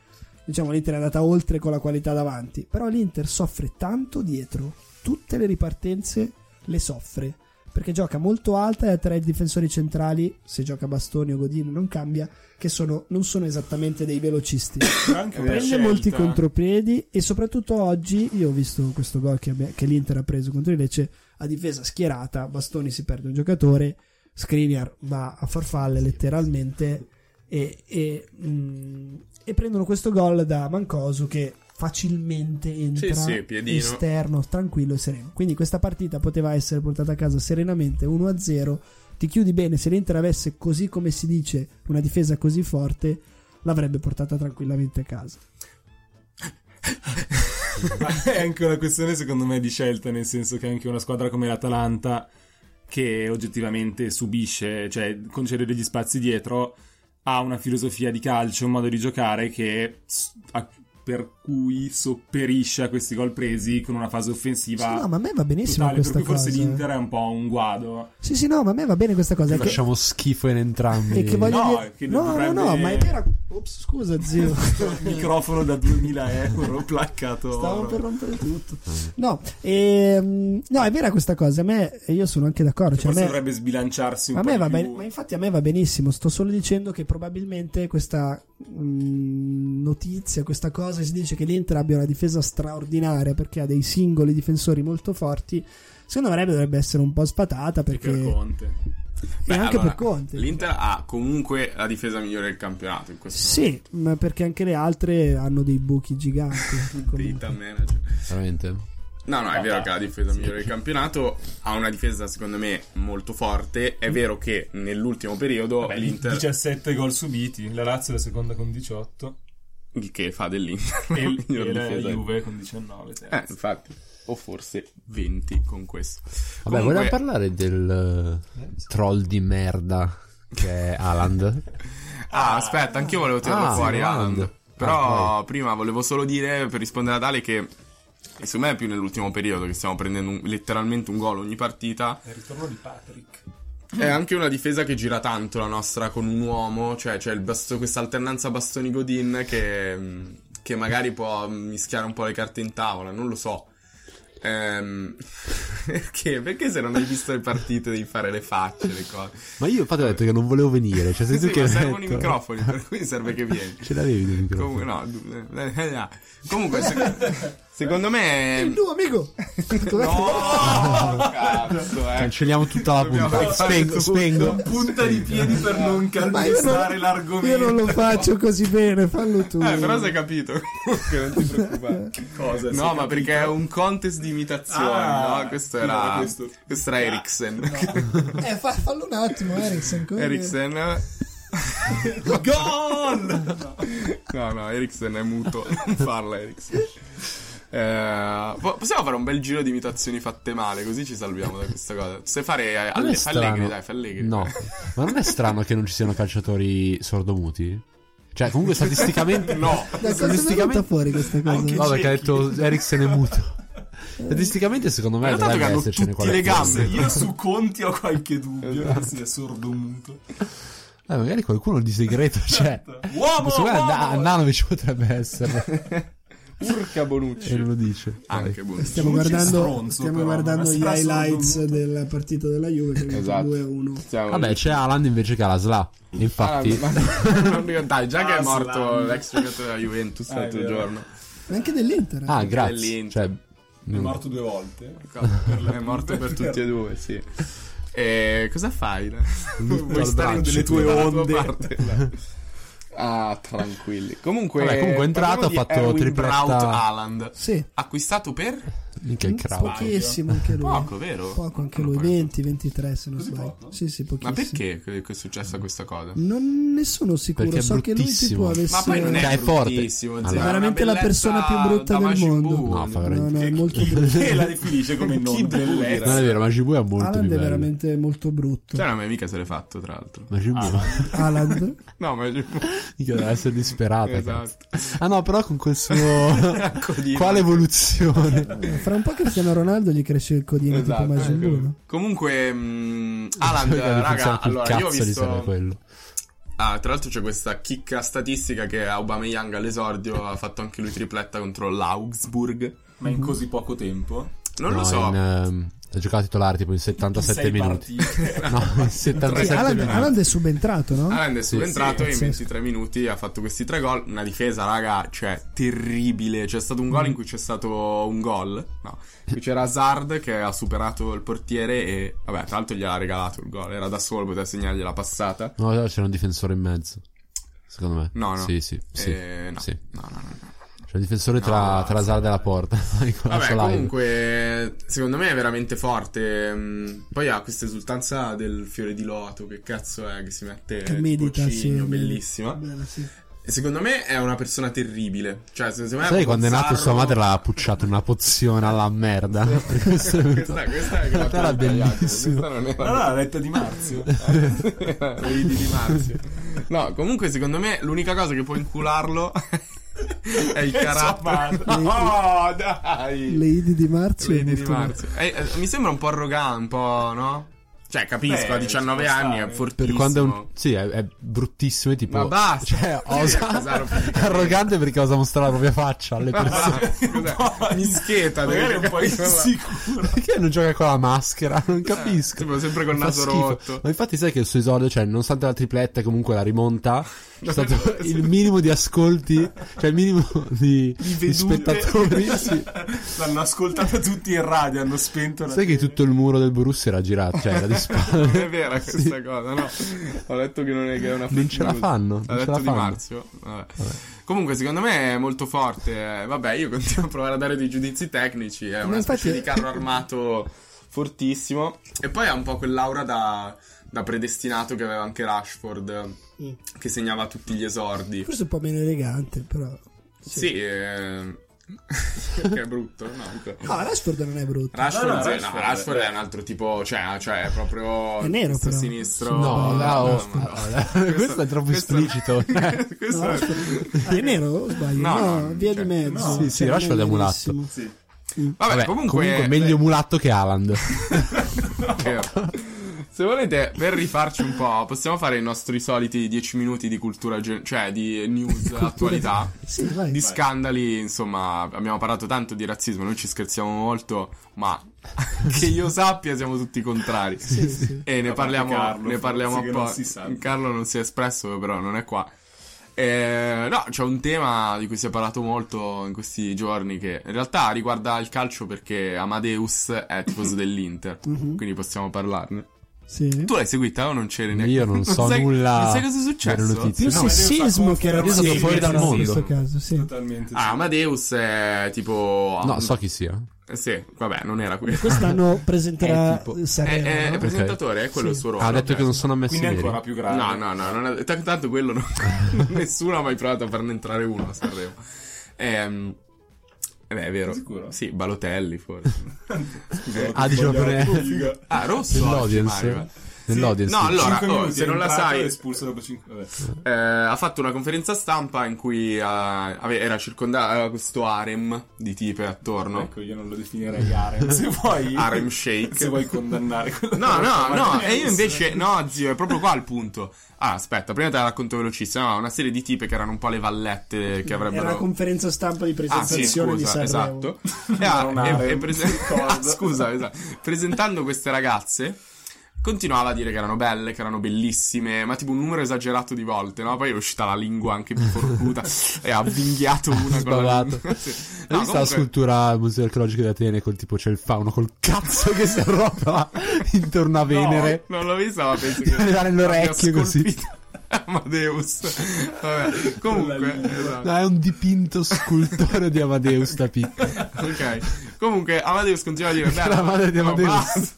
diciamo l'Inter è andata oltre con la qualità davanti però l'Inter soffre tanto dietro tutte le ripartenze le soffre perché gioca molto alta e ha tre difensori centrali se gioca Bastoni o Godin non cambia che sono- non sono esattamente dei velocisti
Però anche una
prende
scelta.
molti contropiedi e soprattutto oggi io ho visto questo gol che, abbia- che l'Inter ha preso contro il Lecce a difesa schierata Bastoni si perde un giocatore Skriniar va a farfalle letteralmente e, e, mm, e prendono questo gol da Mancosu che facilmente entra
Sì, sì, piedino.
esterno tranquillo e sereno quindi questa partita poteva essere portata a casa serenamente 1-0 ti chiudi bene se l'Inter avesse così come si dice una difesa così forte l'avrebbe portata tranquillamente a casa
Ma è anche una questione, secondo me, di scelta, nel senso che anche una squadra come l'Atalanta, che oggettivamente subisce, cioè concede degli spazi dietro, ha una filosofia di calcio, un modo di giocare che s- a- per cui sopperisce a questi gol presi con una fase offensiva.
Sì, no, ma a me va benissimo
totale, per
questa
cui forse
cosa.
l'Inter è un po' un guado.
Sì, sì, no, ma a me va bene questa cosa. è che-
Facciamo schifo in entrambi.
e che voglio
Mm. No,
dire-
che
no,
dovrebbe-
no, no, ma è vero. Ops, scusa, zio.
Microfono da 2000 euro placcato.
Stavo
oro.
per rompere tutto. No, ehm, no, è vera questa cosa. A me, e io sono anche d'accordo. Cioè, a
Forse
me,
dovrebbe sbilanciarsi un
a
po'
me
di
va
più.
ben- ma infatti a me va benissimo. Sto solo dicendo che probabilmente questa mm, notizia, questa cosa, si dice che l'Inter abbia una difesa straordinaria perché ha dei singoli difensori molto forti. Secondo me dovrebbe essere un po' sfatata perché.
per Conte.
e
Beh,
anche per
allora,
Conte.
L'Inter ha comunque la difesa migliore del campionato in questo
Sì, ma perché anche le altre hanno dei buchi giganti.
momento.
comunque.
Data manager.
Veramente?
No, no, è
Ah,
vero
ah,
che ha la difesa migliore del campionato. Ha una difesa, secondo me, molto forte.
Mm.
È vero che nell'ultimo periodo
Vabbè,
l'Inter.
17 gol subiti, la Lazio è la seconda con 18.
il che fa dell'Inter. la
E,
miglior
e la
difesa.
Juve con 19. terza.
Eh, infatti. O forse 20 con questo.
Vabbè,
Comunque-
vogliamo parlare del eh, troll di merda che è Aland.
Ah, aspetta, anch'io volevo tirarlo
Ah,
fuori,
Haaland.
Alan. Però
Ah,
prima volevo solo dire, per rispondere a Dale, che secondo me è più nell'ultimo periodo che stiamo prendendo un- letteralmente un gol ogni partita.
Il ritorno di Patrick.
È anche una difesa che gira tanto la nostra con un uomo, cioè c'è il basto- questa alternanza bastoni-godin che, che magari può mischiare un po' le carte in tavola, non lo so. Ehm, perché? Perché se non hai visto le partite devi fare le facce, le cose.
Ma io infatti ho detto che non volevo venire. Cioè, sei tu
Sì,
che
ma
hai
servono i
detto-
microfoni, per cui serve che vieni.
Ce l'avevi il microfono.
Comunque, no, du- eh, eh, eh, comunque sec- secondo me.
Tu, amico.
No, cazzo, eh.
Cancelliamo tutta la
Dobbiamo
punta.
fare
Spengo,
tutto.
spengo.
Punta di piedi per non
Ma io
calpestare
non,
l'argomento.
io non lo faccio così bene, fallo tu.
Eh, però sei capito. Comunque, non ti preoccupare.
Cosa?
No, ma perché è un contest di imitazioni,
Ah,
no? Questo
sì,
era.
no, questo. Ah,
Questo era Eriksen.
Eh, fa- fallo un attimo, Eriksen. come-
Eriksen. Gol! No, no, Eriksen è muto. Non farla, Eriksen. Eh, po- possiamo fare un bel giro di imitazioni fatte male, così ci salviamo da questa cosa. Se fare eh,
Non è
alle- fa allegri,
strano.
dai, fa allegri.
No, ma non è strano che non ci siano calciatori sordomuti? Cioè, comunque statisticamente
No.
Da cosa è venuta fuori questa cosa?
Anche-
No, perché ha detto Eriksen è muto. Statisticamente, secondo me,
Ma tanto che
dovrebbe
hanno
essercene
tutti le
qualcuno.
gambe.
Io su Conti ho qualche dubbio
Esatto.
che sia sordomuto.
Eh, magari qualcuno di segreto c'è.
Esatto. Mm.
Uomo!
Secondo me
uomo!
Na- Nanovic potrebbe essere.
Urca Bonucci.
e non lo dice.
Anche Bonucci.
Stiamo
Giudice
guardando,
stronzo,
stiamo
però,
guardando
non
gli
sarà solo
highlights
dovuto.
della partita della Juve che è
Esatto.
2-1.
Stiamo-
Vabbè, c'è Alan invece che ha la SLA.
Ah,
Infatti,
ma- non dico- Dai, già che è
Ah,
morto
Slatan.
l'ex giocatore della Juventus
Ah, è
l'altro
vero.
giorno.
Ma Anche dell'Inter. eh.
ah,
dell'Inter.
grazie. Cioè,
È
non-
morto due volte.
È morto per tutti e due, sì. E cosa fai? Vuoi stare
braccio
in delle tue
qui.
onde? ah, tranquilli. Comunque,
Vabbè, comunque è entrato,
parliamo
ha fatto
di Erwin
tripletta.
Braut Haaland.
Sì. Mm,
Acquistato per
Minchia, il crowd.
Pochissimo anche lui.
poco, vero?
Poco anche lui, 20, 23 se non sbaglio. Sì, sì, pochissimo.
Ma perché che che è successa questa cosa?
Mm, Non ne sono sicuro,
Perché è
so che lui tipo
bruttissimo.
avesse
Ma poi non
Dai,
è
Cioè, è forte.
fortissimo,
Allora.
Veramente la persona più brutta del mondo.
No, fa
No,
veramente.
no, è molto brutto.
E la definisce come
Chi
non bellezza.
Non è vero, ma Gibu è molto
Alan
più
è
bello.
veramente molto brutto.
Cioè, non mica se l'è fatto, tra l'altro.
Ma Gibu
Ah,
Alan
No, ma
minchia, deve essere disperata.
Esatto.
cazzo. Ah no, però con quel suo...
Codino.
Quale evoluzione?
Eh, fra un po' che Cristiano Ronaldo gli cresce il codino
Esatto,
tipo Majin
ecco.
Buu, no?
Comunque, mh, Alan,
Pensavo
raga,
che il
allora io ho
Cioè, cazzo gli serve
visto.
quello.
Ah, tra l'altro c'è questa chicca statistica che Aubameyang all'esordio ha fatto anche lui tripletta contro l'Augsburg.
Ma in così poco tempo?
Non lo
No,
so.
in, ehm, ha giocato titolare tipo in 77
Sei
minuti.
partite.
No, in 77
Alan,
minuti.
Alan è subentrato, no?
Alan è subentrato
sì,
in
pazzesco.
23 minuti ha fatto questi tre gol. Una difesa, raga, cioè, terribile. C'è stato un gol
Mm.
in cui c'è stato un gol. No, qui c'era Hazard che ha superato il portiere e, vabbè, tra l'altro gliel'ha regalato il gol. Era da solo, poteva segnargli la passata.
No, no, c'era un difensore in mezzo. Secondo me.
No, no.
Sì, sì, sì.
Eh, no.
sì.
no, no, no, no.
C'è un difensore tra,
No,
tra Hazard e la porta. Con la
Vabbè,
Solai.
comunque, secondo me è veramente forte. Mm, Poi ha questa esultanza del fiore di loto, che cazzo è, che si mette
Che
tipo
medita, sì,
cigno,
medita.
bellissima.
Bene, sì.
E secondo me è una persona terribile. Cioè, secondo me
Sai
proprio
quando è nato
Zarro-
sua madre l'ha pucciato una pozione alla merda. Per questo è venuto-
Questa, questa è che la
Era
tua tagliata,
bellissimo.
Questa non
No, no,
era
la letta di Marzio.
Ridi di Marzio. No, comunque, secondo me l'unica cosa che può incularlo è il carattere.
madre.
No, dai.
Le Idi di Marzio.
Lady
è
di
molto
Marzio. Eh, eh, mi sembra un po' arrogante, un po', no? Cioè, capisco,
Beh,
a 19
ci può
anni è
stare.
Per
fortissimo.
quando è un. Sì, è, è bruttissimo. È tipo.
Ma basta.
Cioè,
Sì,
osa.
Casaro
è arrogante perché osa mostrare la propria faccia alle
Ma
persone.
basta, cos'è? Mischieta,
Magari un po'
sì.
insicuro.
Perché non gioca con la maschera? Non capisco.
Eh, Tipo sempre col
Fa
naso
schifo.
rotto.
Ma infatti sai che il suo esordio, cioè, nonostante la tripletta e comunque la rimonta, c'è stato
no,
il minimo di ascolti, cioè il minimo di, di
vedute.
spettatori. sì.
L'hanno ascoltata tutti in radio, hanno spento la
Sai che
tele.
tutto il muro del Borussia era girato, cioè era di
Non
spalle.
è vera questa cosa, no? Ho detto che non è che è una
Non
fake
ce la
news.
fanno, non
Ha
ce
detto
la
di
fanno.
Marzio. Vabbè. Comunque, secondo me è molto forte. Eh, Vabbè, io continuo a provare a dare dei giudizi tecnici. È una
infatti
specie
è-
di carro armato fortissimo. E poi ha un po' quell'aura da, da predestinato che aveva anche Rashford,
Mm.
che segnava tutti gli esordi.
Forse un po' meno elegante, però.
Sì, eh, perché è brutto. No, comunque.
No, Rashford non è brutto.
Rashford,
No, no,
sì, no,
Rashford,
Rashford
eh.
è un altro tipo, cioè, cioè è proprio
È nero,
questo
però.
sinistro.
No, là, oh,
ma-
allora, questo è troppo esplicito.
questo
No,
è-
Rashford- ah, è nero o sbaglio?
No,
No,
no,
via
cioè,
di mezzo.
no. Sì, sì,
non
Rashford è mulatto.
verissimo.
Vabbè,
Vabbè,
comunque, eh,
meglio mulatto che Haaland.
Vero. Se volete, per rifarci un po', possiamo fare i nostri soliti 10 minuti di cultura, gen- cioè di news, attualità,
Sì, vai.
di scandali, insomma, abbiamo parlato tanto di razzismo, noi ci scherziamo molto, ma che io sappia siamo tutti contrari.
Sì, sì.
E ne
A parte
parliamo,
Carlo,
ne parliamo
forse che non
apposta.
si sa.
Carlo non si è espresso, però non è qua. Eh, no, c'è un tema di cui si è parlato molto in questi giorni che in realtà riguarda il calcio perché Amadeus è tifoso dell'Inter,
Mhm.
quindi possiamo parlarne.
Sì.
Tu l'hai seguita o non c'eri neanche?
Io non so
sai-
nulla
Non sai cosa è
delle
successo?
notizie.
Più
No, ma io
sessismo che era
io sono
sì,
fuori dal
in
mondo.
questo caso, sì.
Totalmente.
Ah, Amadeus è tipo...
No, so chi sia.
Eh Sì, vabbè, non era
E
quello.
Quest'anno presenterà
È tipo-
eh,
È,
Sanremo.
è- è
no?
presentatore, è quello il suo ruolo.
Ah, Ha detto
ok.
che non sono ammessi
Quindi è
veri.
ancora più grave.
No, no, no, non ha- t- tanto quello non- nessuno ha mai provato a farne entrare uno a Sanremo. Ehm, eh beh, è vero.
Sicuro?
Sì, Balotelli forse. Eh,
Scusa,
Ah, diciamo per-
ah, Rosso. oggi, Mario. eh.
Nell'audience. Nell'audience.
No, allora-
Allora,
oh, se non la sai-
espulso dopo 5
Eh, ha fatto una conferenza stampa in cui eh, ave- era circondato aveva questo harem di tipe attorno.
Ecco, io non lo definirei harem. Se vuoi
Harem shake.
Se vuoi condannare quello
No, no,
Ma
no,
adesso-
e io invece, no, zio, è proprio qua il punto. Ah, aspetta, prima te la racconto velocissima. No, una serie di tipe che erano un po' le vallette che
Era
avrebbero.
una conferenza stampa di
Ah, sì,
presentazione di
scusa,
Sanremo.
esatto. E, ah,
Non
e-
harem,
e prese-
ricordo.
Ah, scusa, esatto. presentando queste ragazze, continuava a dire che erano belle, che erano bellissime, ma tipo un numero esagerato di volte, no? Poi è uscita la lingua anche più forcuta e ha vinghiato una con la
Sbavato.
lingua. Sì.
Hai
No,
visto la
comunque-
scultura al Museo Archeologico di Atene col tipo c'è il fauno col cazzo che si arrotola intorno a Venere?
No, non l'ho vista, ma penso che.
Deve dare l'orecchio
abbia
così.
scolpito Amadeus. Vabbè, comunque.
Bellissimo.
esatto.
No, è un dipinto scultore di Amadeus da piccola.
Ok. Comunque, Amadeus continua a dire:
Era
Bella,
la madre di
no,
Amadeus.
basta.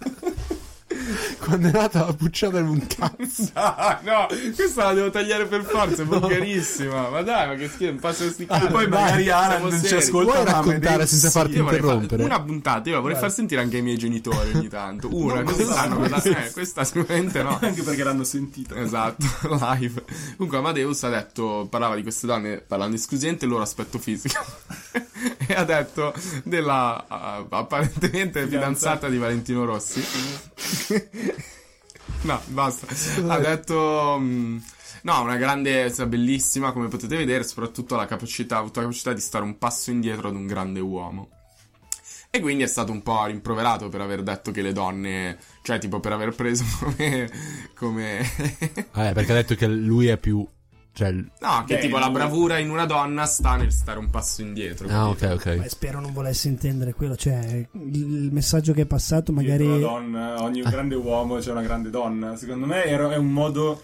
Quando è nata la pucciata era un cazzo.
Ah, no, questa la devo tagliare per forza, è volgarissima. Ma dai, ma che schifo, non faccio sti cazzi.
E Ah, poi magari
Siamo
Alan non ci
seri.
ascolta.
Puoi
Colpa da
raccontare
Amadeus,
senza farti
Io vorrei fare
interrompere?
una puntata, io la vorrei far sentire anche ai miei genitori ogni tanto. Una, così sanno cosa eh, Questa sicuramente no.
Anche perché l'hanno sentito.
Esatto, live. Comunque Amadeus ha detto, parlava di queste donne parlando esclusivamente del loro aspetto fisico. e ha detto della ah, apparentemente fidanzata di Valentino Rossi. no, basta. Ha detto mm, No, una grande, sa, bellissima, come potete vedere, soprattutto la capacità, ha avuto la capacità di stare un passo indietro ad un grande uomo. E quindi è stato un po' rimproverato per aver detto che le donne, cioè tipo per aver preso come, come
Vabbè, Ah, perché ha detto che lui è più. Cioè. l-
No, che
Beh,
tipo la
lui-
bravura in una donna sta nel stare un passo indietro.
Ah,
capito?
ok, ok.
Beh, spero non volesse intendere quello, cioè il messaggio che è passato magari
Dietro la donna, ogni
Ah.
grande uomo c'è una grande donna. Secondo me era- è un modo.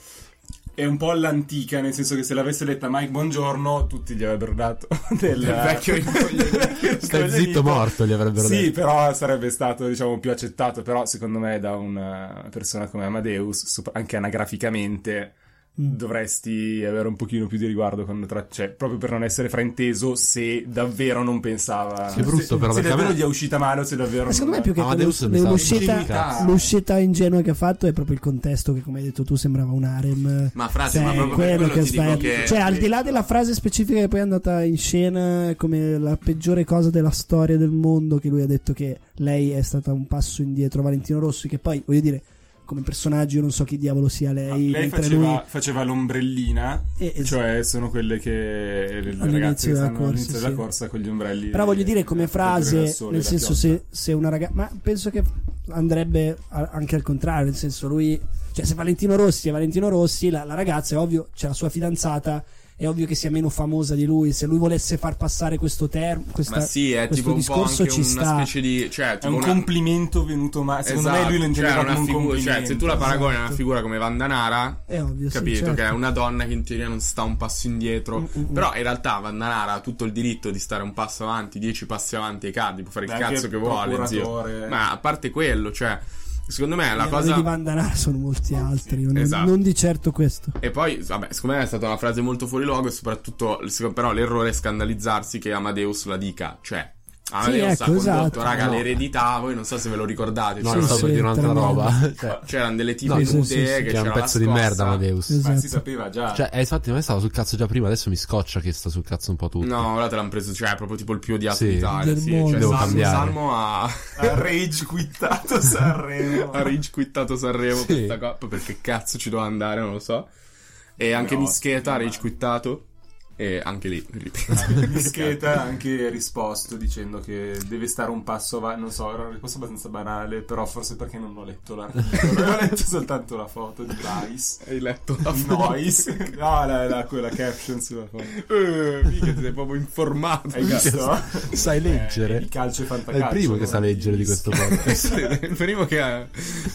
È un po' all'antica, nel senso che se l'avesse letta Mike Buongiorno, tutti gli avrebbero dato del
Il vecchio
Eh.
ricoglionito.
Stai zitto, morto, gli avrebbero
Sì,
detto.
però sarebbe stato, diciamo, più accettato. Però, secondo me, da una persona come Amadeus, sopra- anche anagraficamente,
Mm.
dovresti avere un pochino più di riguardo quando tra- cioè, proprio per non essere frainteso se davvero non pensava.
Che brutto,
se,
però,
se
perché a
davvero
me-
gli è uscita male o se davvero.
Ma Eh, secondo me
non-
più che
Amadeus
quello-
mi sa-
l'uscita,
Ingenuità.
l'uscita ingenua che ha fatto è proprio il contesto che come hai detto tu sembrava un harem
Ma frate,
Cioè,
ma proprio per
quello
quello
che
ti dico
sbaglia.
che...
Cioè, al di là della frase specifica che poi è andata in scena come la peggiore cosa della storia del mondo, che lui ha detto che lei è stata un passo indietro, Valentino Rossi, che poi, voglio dire, come personaggio io non so chi diavolo sia
Ah,
lei,
Lei
mentre
faceva,
lui...
faceva l'ombrellina,
Eh, es-
cioè sono quelle che le
All'inizio
ragazze che
della
stanno
corsa,
all'inizio della
sì.
corsa con gli ombrelli.
Però voglio dire come
per proteggere dal
frase,
sole,
nel
da
senso
pioggia.
se, se una ragazza... Ma penso che andrebbe a- anche al contrario, nel senso lui... Cioè se Valentino Rossi è Valentino Rossi, la, la ragazza è ovvio, c'è la sua fidanzata è ovvio che sia meno famosa di lui. Se lui volesse far passare questo termine,
Ma sì, è
questo
tipo un po'
discorso
anche
ci
una
sta.
specie di. Cioè,
È
tipo
un
una-
complimento venuto male. Secondo
Esatto,
me lui lo intendeva
cioè,
come
una
un
figu-
complimento.
Cioè, se tu la paragoni a una
esatto.
figura come Vandanara,
È ovvio, sì,
capito?
certo.
Che è una donna che in teoria non sta un passo indietro.
Mm, mm, mm.
Però in realtà Vandanara ha tutto il diritto di stare un passo avanti, dieci passi avanti ai cardi, può fare il
Beh, Esatto. anche
cazzo che vuole, zio.
procuratore.
Ma a parte quello, cioè, secondo me la
Gli errori
cosa.
di Vandanara Eh, sono molti altri, non,
esatto.
non di certo questo.
E poi, vabbè, secondo me è stata una frase molto fuori luogo e soprattutto, secondo- però, l'errore è scandalizzarsi che Amadeus la dica. Cioè, Amadeus
ecco,
ha condotto,
esatto.
raga,
No.
l'eredità, voi non so se ve lo ricordate.
No,
Sì,
io
c'erano-
stavo per
sì,
dire un'altra
tremendo.
roba. Cioè,
c'erano delle tipe
No,
nudie
sì,
sì, sì,
che,
che è un
c'era la
pezzo di merda,
scossa.
Amadeus.
Esatto.
Ma si sapeva già.
Cioè, eh, infatti, a me stava sul cazzo già prima, adesso mi scoccia che sta sul cazzo un po' tutto.
No, ora te l'hanno preso, cioè, è proprio tipo il più odiato
Sì.
d'Italia.
Del
Sì,
mondo.
cioè,
Devo
Salmo,
cambiare.
Salmo ha
ha rage quittato Sanremo.
ha rigiquittato Sanremo
Sì.
questa cosa. poi Perché cazzo ci doveva andare, non lo so. E anche
No,
Mischeta ha
sì, ma-
rigiquittato. E anche lì, ripeto.
Mischeta ha anche risposto dicendo che deve stare un passo avanti. Non so, era una risposta abbastanza banale, però forse perché non ho letto l'articolo. ho letto soltanto la foto di Vice.
Hai letto la
Noise. No, la, la, quella caption sulla foto.
Eh, mica ti sei proprio informato.
Hai visto?
Sai leggere?
Eh, il calcio
È
è
il
fantacalcio.
primo
eh.
che sa
non-
leggere di questo podcast.
Primo che...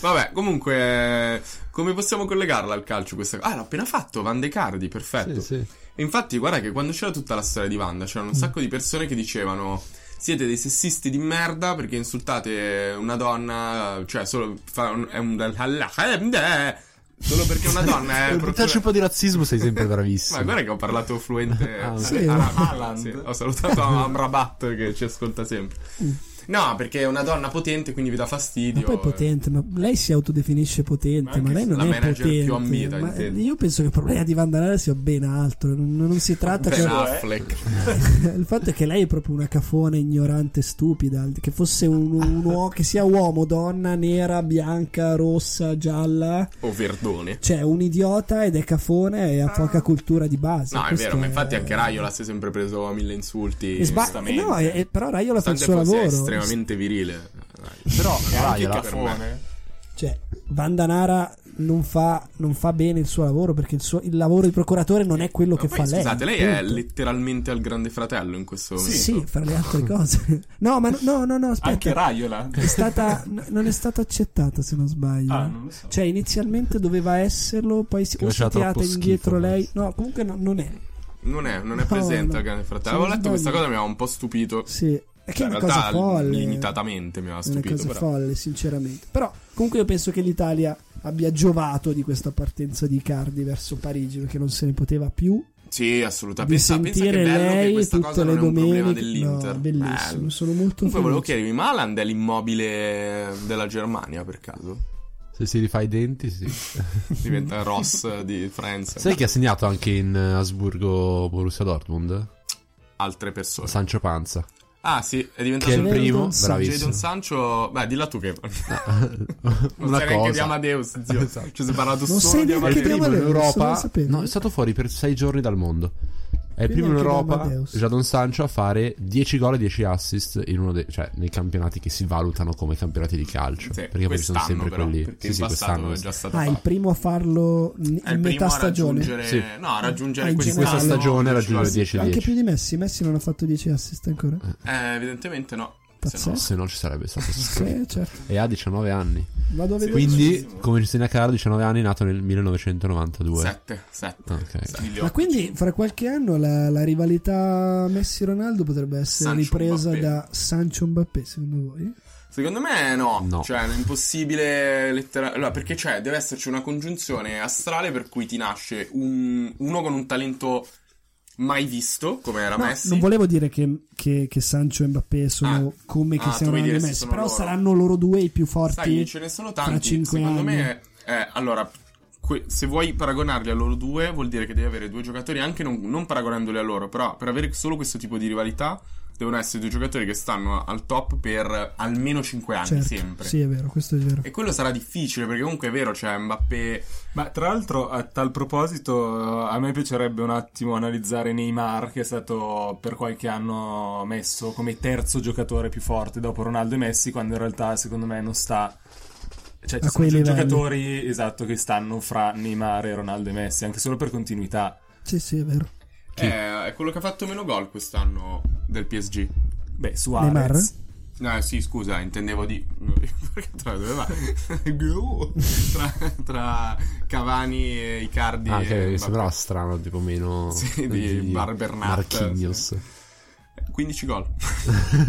Vabbè, comunque... Come possiamo collegarla al calcio questa cosa? Ah, l'ha appena fatto, Van de Cardi, perfetto.
Sì, Eh, sì.
E infatti, guarda che quando c'era tutta la storia di Wanda, c'erano un sacco di persone che dicevano: Siete dei sessisti di merda perché insultate una donna, cioè solo. Fa un, è un. Solo perché una donna
Eh,
è. procura-
Tacci un po' di razzismo, sei sempre bravissimo.
Ma guarda che ho parlato fluente
Ah,
sì.
arabico,
Haaland.
sì. Ho salutato Amrabat che ci ascolta sempre. No, perché è una donna potente, quindi vi dà
Ma
fastidio.
poi è potente, ma lei si autodefinisce
eh. Ma
potente,
anche
ma lei non
la
è
manager
potente.
più ambita,
ma
intendo.
io penso che il problema di Vandanara sia ben altro. Non, non si tratta
Ben
cioè,
Affleck.
il fatto è che lei è proprio una cafona ignorante, stupida. Che fosse un, un uomo, che sia uomo, donna, nera, bianca, rossa, gialla.
o Verdone.
Cioè, è un idiota ed è cafone e ha poca cultura di base.
Ah. No, è
Questo
vero, ma infatti anche Raiola si è sempre preso a mille insulti.
E sba-
giustamente.
no, e- e- però Raiola fa il
Nonostante
suo
fosse
lavoro.
estremamente virile.
Però è anche
Raiola.
cafone.
Cioè, Vandanara non fa, non fa bene il suo lavoro perché il, suo- il lavoro di procuratore non è quello
Ma
che
poi,
fa lei.
Scusate, lei è
punto.
letteralmente al grande fratello in questo
Sì,
momento.
fra le altre cose. No, ma no, no, no, no, aspetta.
Anche Raiola.
È stata- n- non è stata accettata, se non sbaglio.
Ah, non lo so.
Cioè, inizialmente doveva esserlo, poi si,
Che
o si
faceva
tirata
troppo
indietro
schifo,
lei. No, comunque no- non è.
Non è, non è
No,
presente
no.
al grande fratello.
Se non
Avevo letto questa
sbaglio-
cosa e mi aveva un po' stupito.
Sì. È che
Cioè,
è
in
una
realtà
cosa folle.
limitatamente mi aveva
È una
stupito.
cosa
però.
folle, sinceramente. Però, comunque, io penso che l'Italia abbia giovato di questa partenza di Cardi verso Parigi perché non se ne poteva più.
Sì, assolutamente. Ah,
Di
Cioè, Pensa, pensa che
sentire
bello che
lei
questa cosa
tutte le
non è un problema
domeniche.
dell'Inter.
No, bellissimo.
Bello.
Sono molto
Comunque volevo
felice.
chiedervi, ma Haaland è l'immobile eh, della Germania per caso?
Se si rifà i denti, sì.
Diventa Ross di Friends.
Sai chi ha segnato anche in eh, Asburgo Borussia Dortmund?
Altre persone.
Sancho Panza.
Ah sì, è
Che è
diventato
il primo,
Jadon Sancho.
bravissimo.
Jadon Sancho. Beh, dilla tu che... Non
Una
sai neanche di
cosa.
Amadeus, zio.
Esatto.
Ci sei parlato
Non
solo
sai
di
neanche
È il
Amadeus.
di
primo in
Amadeus, non lo
Europa.
sapevo.
No, è stato fuori per sei giorni dal mondo. È il
Quindi
primo in
anche da
Europa,
Amadeus.
Jadon Sancho, a fare 10 gol e 10 assist in uno dei, cioè, nei campionati che si valutano come campionati di calcio.
Sì,
perché poi ci sono
quest'anno
sempre
però,
quelli.
Perché
Sì, sì,
in passato
quest'anno.
è già stato
Ah, il
fatto.
primo a farlo n- in
È Eh, il primo
metà
a
stagione.
raggiungere-
Sì.
No, a raggiungere
Ah, in
quest'anno.
Questa
generale.
stagione raggiungere
Sì.
10 e
Anche
10.
più di Messi. Messi non ha fatto 10 assist ancora.
Eh, evidentemente no. Se
Pazzesco.
no-
Se no ci sarebbe stato.
Sì, certo.
e ha 19 anni.
Vado a vedere.
Quindi,
bellissimo.
come ci segna Carlo, 19 anni, nato nel 1992.
Sette, sette.
Ok.
Sette.
Ma quindi fra qualche anno la, la rivalità Messi-Ronaldo potrebbe essere
Sancho
ripresa
Mbappé.
da Sancho Mbappé, secondo voi?
Secondo me no.
No.
Cioè, è impossibile letteralmente. Allora, perché cioè, deve esserci una congiunzione astrale per cui ti nasce un- uno con un talento mai visto, come era
No,
Messi.
non volevo dire che, che- che Sancho e Mbappé sono
Ah.
come
Ah,
Cristiano Ronaldo
tu vuoi
e
dire se
Messi,
sono
però
loro.
saranno loro due i più
Sai che
forti.
ce ne sono
fra
tanti.
cinque
Secondo
anni.
me, eh, allora, que- se vuoi paragonarli a loro due, vuol dire che devi avere due giocatori, anche non, non paragonandoli a loro, però per avere solo questo tipo di rivalità, devono essere due giocatori che stanno al top per almeno 5 anni,
Certo.
sempre.
Sì, è vero, questo è vero.
E quello sarà difficile, perché comunque è vero, cioè Mbappé...
Ma tra l'altro, a tal proposito, a me piacerebbe un attimo analizzare Neymar, che è stato per qualche anno messo come terzo giocatore più forte dopo Ronaldo e Messi, quando in realtà secondo me non sta. Cioè, ci
A
sono
quei
gi-
livelli.
giocatori esatto che stanno fra Neymar e Ronaldo e Messi, anche solo per continuità.
Sì, sì, è vero.
Eh, È, è quello che ha fatto meno gol quest'anno del PSG.
Beh,
Neymar?
Suarez.
No, sì, scusa, intendevo di. Perché tra dove va? tra, tra Cavani e Icardi.
Ah,
e
che
Mbappé.
sembrava strano, tipo meno.
Sì, di Barbernat,
Marquinhos.
15 gol.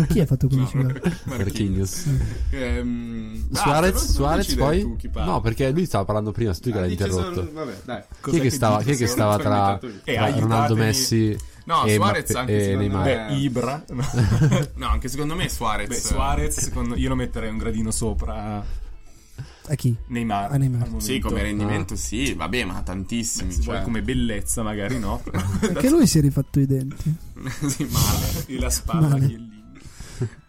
Chi ha fatto
No,
15 gol?
Marquinhos.
Ehm, ah,
Suarez,
però non
Suarez
decide
poi?
tu chi parla.
No, perché lui stava parlando prima, tu che
Ah,
l'hai
dice
interrotto.
solo- vabbè, dai.
Chi è che stava, chi è che
dici?
stava
Sono
tra,
inventato io.
Eh,
tra Ronaldo
aiutatemi.
Messi
No,
e,
Suarez
Mbappé-
anche
e
secondo
Neymar?
me. Eh,
Beh, Ibra.
No, anche secondo me Suarez.
Beh, Suarez, secondo io lo metterei un gradino sopra
A chi?
Neymar.
A Neymar.
al momento.
Sì, come rendimento, sì, vabbè, ma tantissimi.
Se vuoi
cioè.
come bellezza, magari no.
Anche lui si è rifatto i denti.
sì, male.
e la spalla
Male.
Chiellini.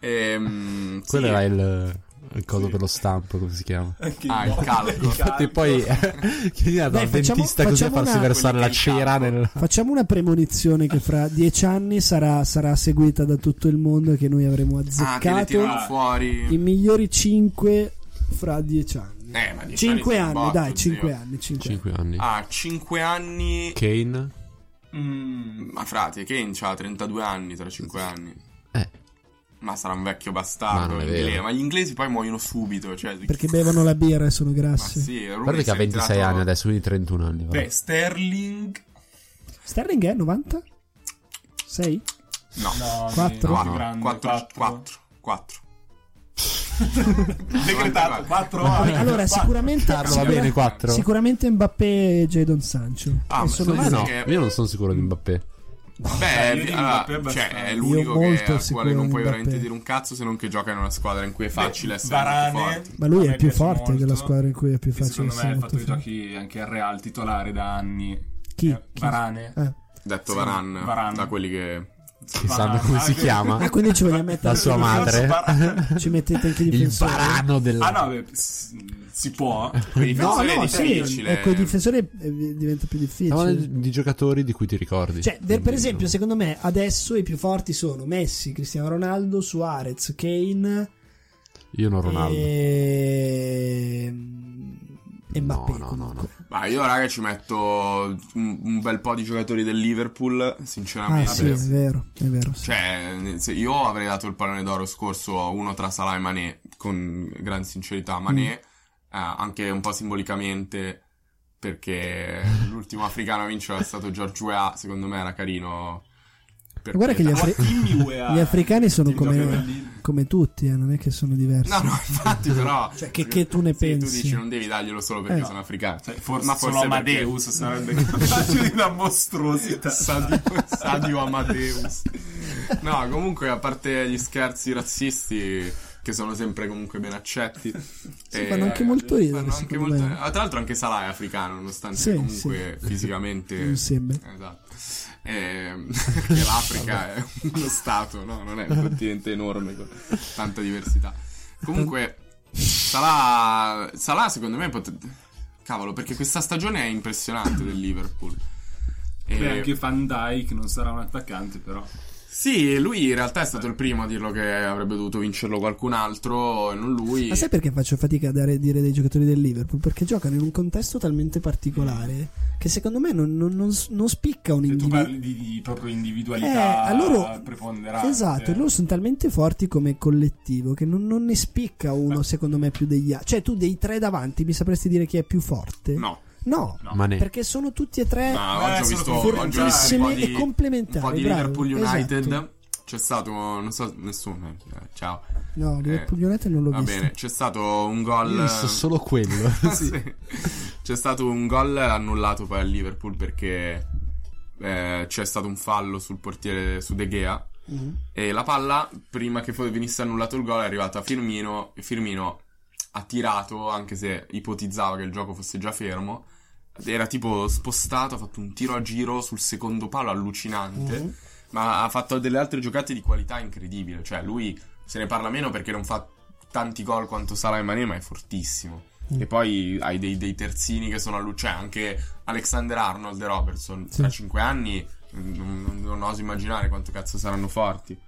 Ehm, sì.
Quello era il, il coso per lo stampo, come si chiama?
Anche
Ah, il
no.
calco.
Infatti poi chiedi al
Dai, facciamo-
dentista così a
facciamo
farsi
una-
versare la
quelli che
cera
incappano.
nel...
Facciamo una premonizione che fra dieci anni sarà, sarà seguita da tutto il mondo e che noi avremo
Ah, che le
azzeccato
tirano fuori.
i migliori 5 fra dieci anni.
Eh, ma
5 anni, dai, 5
5
anni, 5 anni.
5 anni.
Ah, 5 anni.
Kane?
Mm, ma frate, Kane ha 32 anni, tra 5 anni.
Eh.
Ma sarà un vecchio
Ma
bastardo.
non è
inglese.
vero.
ma gli inglesi poi muoiono subito. Cioè,
Perché bevono la birra e sono
ma
grassi.
sì, Rooney
Guarda
si
che ha
è
26
ritirato-
anni adesso, quindi 31 anni. vabbè.
Beh, Sterling.
Sterling è 90? 6?
No,
No,
Quattro.
no,
No,
più grande,
4
quattro.
4 4.
Decretato, 4
Allora, sicuramente,
Carlo, va
sicura-
bene, 4.
sicuramente Mbappé e Jadon Sancho.
Ah,
E
ma
sono
sono-
lì.
sì,
no,
che-
io non sono sicuro di Mbappé.
Beh,
io di
allora,
Mbappé abbastanza.
cioè, è
Io
l'unico che,
molto
al
sicuro
quale non
di
puoi veramente
Mbappé.
dire un cazzo se non che gioca in una squadra in cui è facile essere molto
Varane.
forti.
Ma lui
A
è
me
il più
piace
forte
molto.
della squadra in cui è più
Che
facile
Secondo me
essere
il fatto
molto
che
forte.
giochi anche al Real titolare da anni.
Chi?
Eh,
Chi?
Varane.
Eh.
Detto
Sì,
Varane,
Varane.
da quelli che
Che sanno come si chiama?
Ah, quindi ci vogliamo mettere
La sua madre.
Varane.
Ci mettete anche i
Il
difensori.
barano della...
Ah no, beh, s- si può.
con i
No,
difensori è
no, sì,
difficile.
ecco, il difensore eh, diventa più
Stiamo
difficile.
parlando di giocatori di cui ti ricordi.
Cioè, per, per esempio, secondo me adesso i più forti sono Messi, Cristiano Ronaldo, Suarez, Kane
Io non Ronaldo.
Eh, e... e ehm, Mbappé.
No, no, no,
comunque.
Ma io, raga, ci metto un, un bel po' di giocatori del Liverpool,
Ah,
sinceramente.
sì, è vero, è vero. sì.
Cioè, nel sen- io avrei dato il pallone d'oro scorso a uno tra Salah e Mané, con gran sincerità.
Mm.
Mané, eh, anche un po' simbolicamente, perché l'ultimo africano a vincere è stato George Weah, secondo me era carino. perché-
Guarda che gli, afri-
Timmy Weah.
gli africani sono
Tim Giocherellini.
come, come tutti, eh, non è che sono diversi.
No, no, infatti, però...
Cioè, che- che tu ne
Sì,
pensi?
tu dici non devi darglielo solo perché
Eh.
sono africano.
Cioè, forse,
Ma
solo
forse
Amadeus sarebbe capace di una mostruosità.
Sadio, Sadio Amadeus. No, comunque, a parte gli scherzi razzisti, che sono sempre comunque ben accetti. eh,
fanno anche molto ridere,
fanno anche
secondo
molto-
me.
Ah, Tra l'altro, anche Salah è africano, nonostante
Sì,
comunque fisicamente.
Non sembra.
Esatto. Eh, che l'Africa è uno stato, no? Non è un continente enorme con tanta diversità. Comunque, Salah, Salah secondo me pot- Cavolo, perché questa stagione è impressionante del Liverpool. E-
Beh, anche Van Dyke non sarà un attaccante, però.
Sì, lui in realtà è stato il primo a dirlo che avrebbe dovuto vincerlo qualcun altro, e non lui.
Ma sai perché faccio fatica a dare- dire dei giocatori del Liverpool? Perché giocano in un contesto talmente particolare che secondo me non, non- non- non spicca un
Se tu
individuo.
parli di, di proprio
Eh,
individualità
a loro-
preponderante.
Esatto, e loro sono talmente forti come collettivo che non, non ne spicca uno, secondo me, più degli altri. Cioè, tu dei tre davanti mi sapresti dire chi è più forte?
No.
No,
Mané.
perché sono tutti e tre
Ma
Eh,
oggi ho
sono
visto, oggi ho
complementari.
visto un po'
Insieme e
di,
complementari,
un po' di
bravo,
Liverpool United.
esatto.
C'è stato, non so, nessuno. eh, Ciao.
No, Liverpool United non l'ho
Va
visto.
bene, c'è stato un
Io
gol.
ho visto solo quello.
Sì. C'è stato un gol annullato poi al Liverpool perché eh, c'è stato un fallo sul portiere su De Gea.
Mhm.
E la palla, prima che fo- venisse annullato il gol, è arrivata a Firmino. E Firmino ha tirato, anche se ipotizzava che il gioco fosse già fermo. Era tipo spostato, ha fatto un tiro a giro sul secondo palo allucinante.
Mhm.
Ma ha fatto delle altre giocate di qualità incredibile. Cioè, lui se ne parla meno perché non fa tanti gol quanto Salah e Mané, ma è fortissimo.
Mm.
E poi hai dei, dei terzini che sono a luce. Anche Alexander Arnold e Robertson,
Sì.
tra 5 anni, mm, non, non oso immaginare quanto cazzo saranno forti.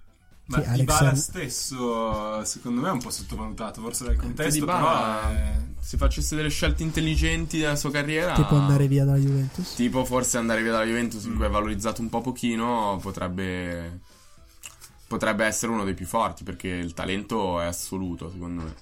Ma
Sì,
Dybala
Alexander-
Eh, stesso, secondo me, è un po' sottovalutato. Forse dal contesto,
Dybala-
però. eh,
se facesse delle scelte intelligenti della sua carriera,
Tipo andare via dalla Juventus.
tipo forse andare via dalla Juventus, in cui è valorizzato un po' pochino, potrebbe, potrebbe essere uno dei più forti, perché il talento è assoluto, secondo me.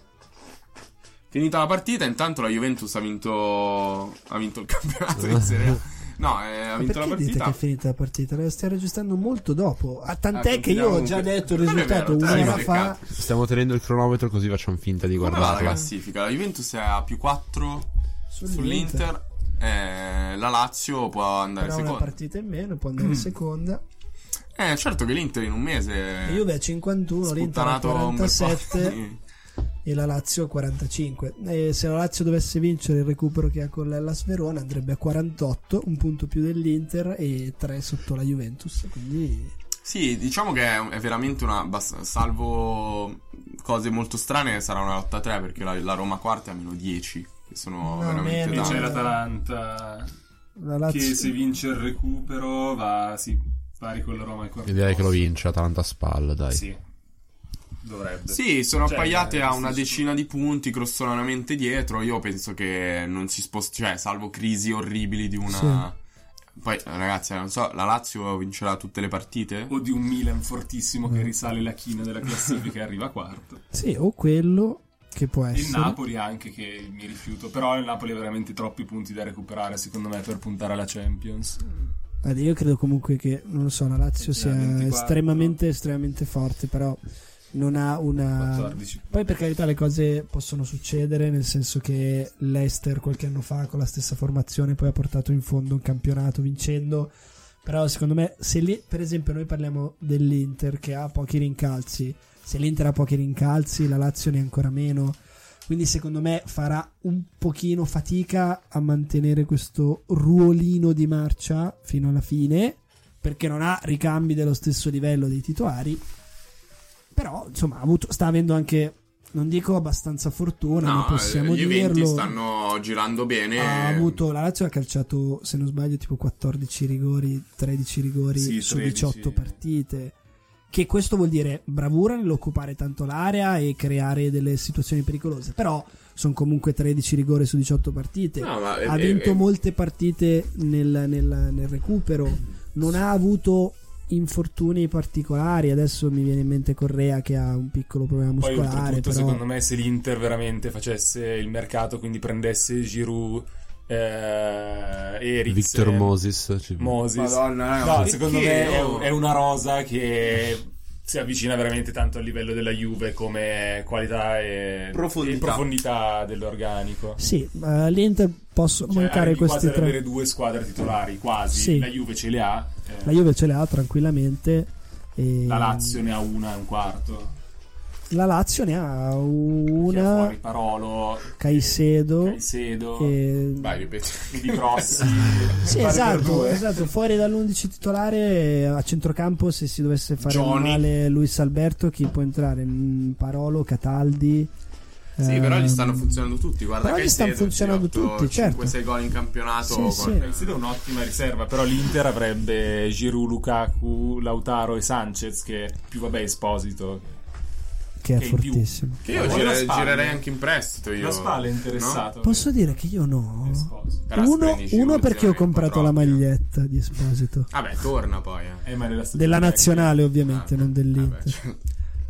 Finita la partita, intanto la Juventus ha vinto, ha vinto il campionato di Serie A. No, eh,
Ma
ha vinto la
perché dite che
partita.
è finita la partita? La stiamo registrando molto dopo. Ah, tant'è
Ah,
che io ho
continuiamo
già
comunque.
detto il
Non è
risultato
vero, dai,
un'ora
che
fa.
cazzo.
Stiamo tenendo il cronometro così facciamo finta di
Come va la
guardarlo.
classifica? La Juventus è a più 4
Sull'Inter.
sull'Inter. eh, la Lazio può andare
Però una
seconda. Mm.
partita in meno, può andare in seconda.
Eh, certo che l'Inter in un mese.
La Juve a 51, l'Inter a
Eh. sputtanato un bel po'
47
di-
e la Lazio a 45. E se la Lazio dovesse vincere il recupero che ha con l'Ellas Verona andrebbe a 48, un punto più dell'Inter e 3 sotto la Juventus. Quindi
Sì, diciamo che è, è veramente una. bas- salvo cose molto strane, sarà una lotta 3 perché la, la Roma quarta è a meno 10. Che sono
No,
veramente
meno.
E c'è
Dai.
tanti.
l'Atalanta
la
che se
Lazio...
vince il recupero va sì, pari con la Roma ecco. al quarto.
Io direi che lo
posto.
vince Atalanta a spalla, dai.
Sì. Dovrebbe.
Sì, sono
Cioè,
appaiate a
sì,
una
sì.
decina di punti, grossolanamente dietro. Io penso che non si sposti, cioè, salvo crisi orribili di una. Poi, ragazzi, non so, la Lazio vincerà tutte le partite?
O di un Milan fortissimo
Mm.
che risale la china della classifica e arriva quarto.
Sì, o quello che può
Eh,
Il
essere.
Napoli anche che mi rifiuto, però il Napoli ha veramente troppi punti da recuperare secondo me per puntare alla Champions.
Eh,
Guarda, io credo comunque che, non lo so, la Lazio
Eh,
sia
24.
estremamente, estremamente forte, però non ha una...
14.
Poi per carità le cose possono succedere, nel senso che l'Ester qualche anno fa con la stessa formazione poi ha portato in fondo un campionato vincendo, però secondo me se lì, per esempio noi parliamo dell'Inter che ha pochi rincalzi, se l'Inter ha pochi rincalzi la Lazio ne ha ancora meno, quindi secondo me farà un pochino fatica a mantenere questo ruolino di marcia fino alla fine, perché non ha ricambi dello stesso livello dei titolari, però insomma ha avuto- sta avendo anche, non dico abbastanza fortuna, ma possiamo
gli eventi
dirlo.
stanno girando
Eh,
bene.
Ha avuto, la Lazio ha calciato, se non sbaglio, tipo 14 rigori, 13 rigori
Sì,
su
13.
18 partite. Che questo vuol dire bravura nell'occupare tanto l'area e creare delle situazioni pericolose. Però sono comunque 13 rigori su 18 partite.
No, ma è-
ha
è-
vinto
è-
molte partite nel, nel- nel recupero. Non ha avuto infortuni particolari. Adesso mi viene in mente Correa che ha un piccolo problema
Poi
muscolare.
oltretutto
Però...
secondo me se l'Inter veramente facesse il mercato, quindi prendesse Giroud, eh, Eriksen,
Victor Moses. ci-
Moses.
Madonna, eh,
No,
ma
secondo
perché?
me è, è una rosa che si avvicina veramente tanto al livello della Juve come qualità e
Profondità.
e profondità dell'organico.
Sì, ma l'Inter possono
Cioè,
mancare
arrivi quasi
questi
ad
tre.
avere due squadre titolari, quasi.
Sì.
La Juve ce le ha, eh,
La Juve ce le ha tranquillamente. E
la Lazio ne ha una e un quarto.
la Lazio ne ha
Chi è
una.
fuori Parolo, eh,
Caicedo.
Caicedo,
e-
Vai, ripeti.
Di Grossi.
Sì,
Pari per
esatto,
due.
esatto, fuori dall'11 titolare a centrocampo se si dovesse fare
Johnny.
male Luis Alberto chi può entrare? Mm, Parolo, Cataldi.
Sì, però gli
ehm,
stanno funzionando tutti. Guarda
però
che
gli stanno funzionando tutti, certo.
5-6 gol in campionato.
Sì,
con-
sì.
Caicedo è un'ottima riserva, però l'Inter avrebbe Giroud, Lukaku, Lautaro e Sanchez, che più vabbè Esposito.
Che è
che in più.
fortissimo.
Che io
Poi
gira-
la Spal-
girerei anche in prestito. Io.
La Spalla è interessato.
Posso dire che io no.
Esposito.
Però se
Uno,
prendi Giroud,
uno perché ho
secondo me è un po'
comprato la
troppo.
maglietta di Esposito.
Vabbè, torna poi. eh.
Eh, ma nella stagione
Della
vecchia-
nazionale ovviamente,
Ah,
non dell'Inter.
vabbè, cioè,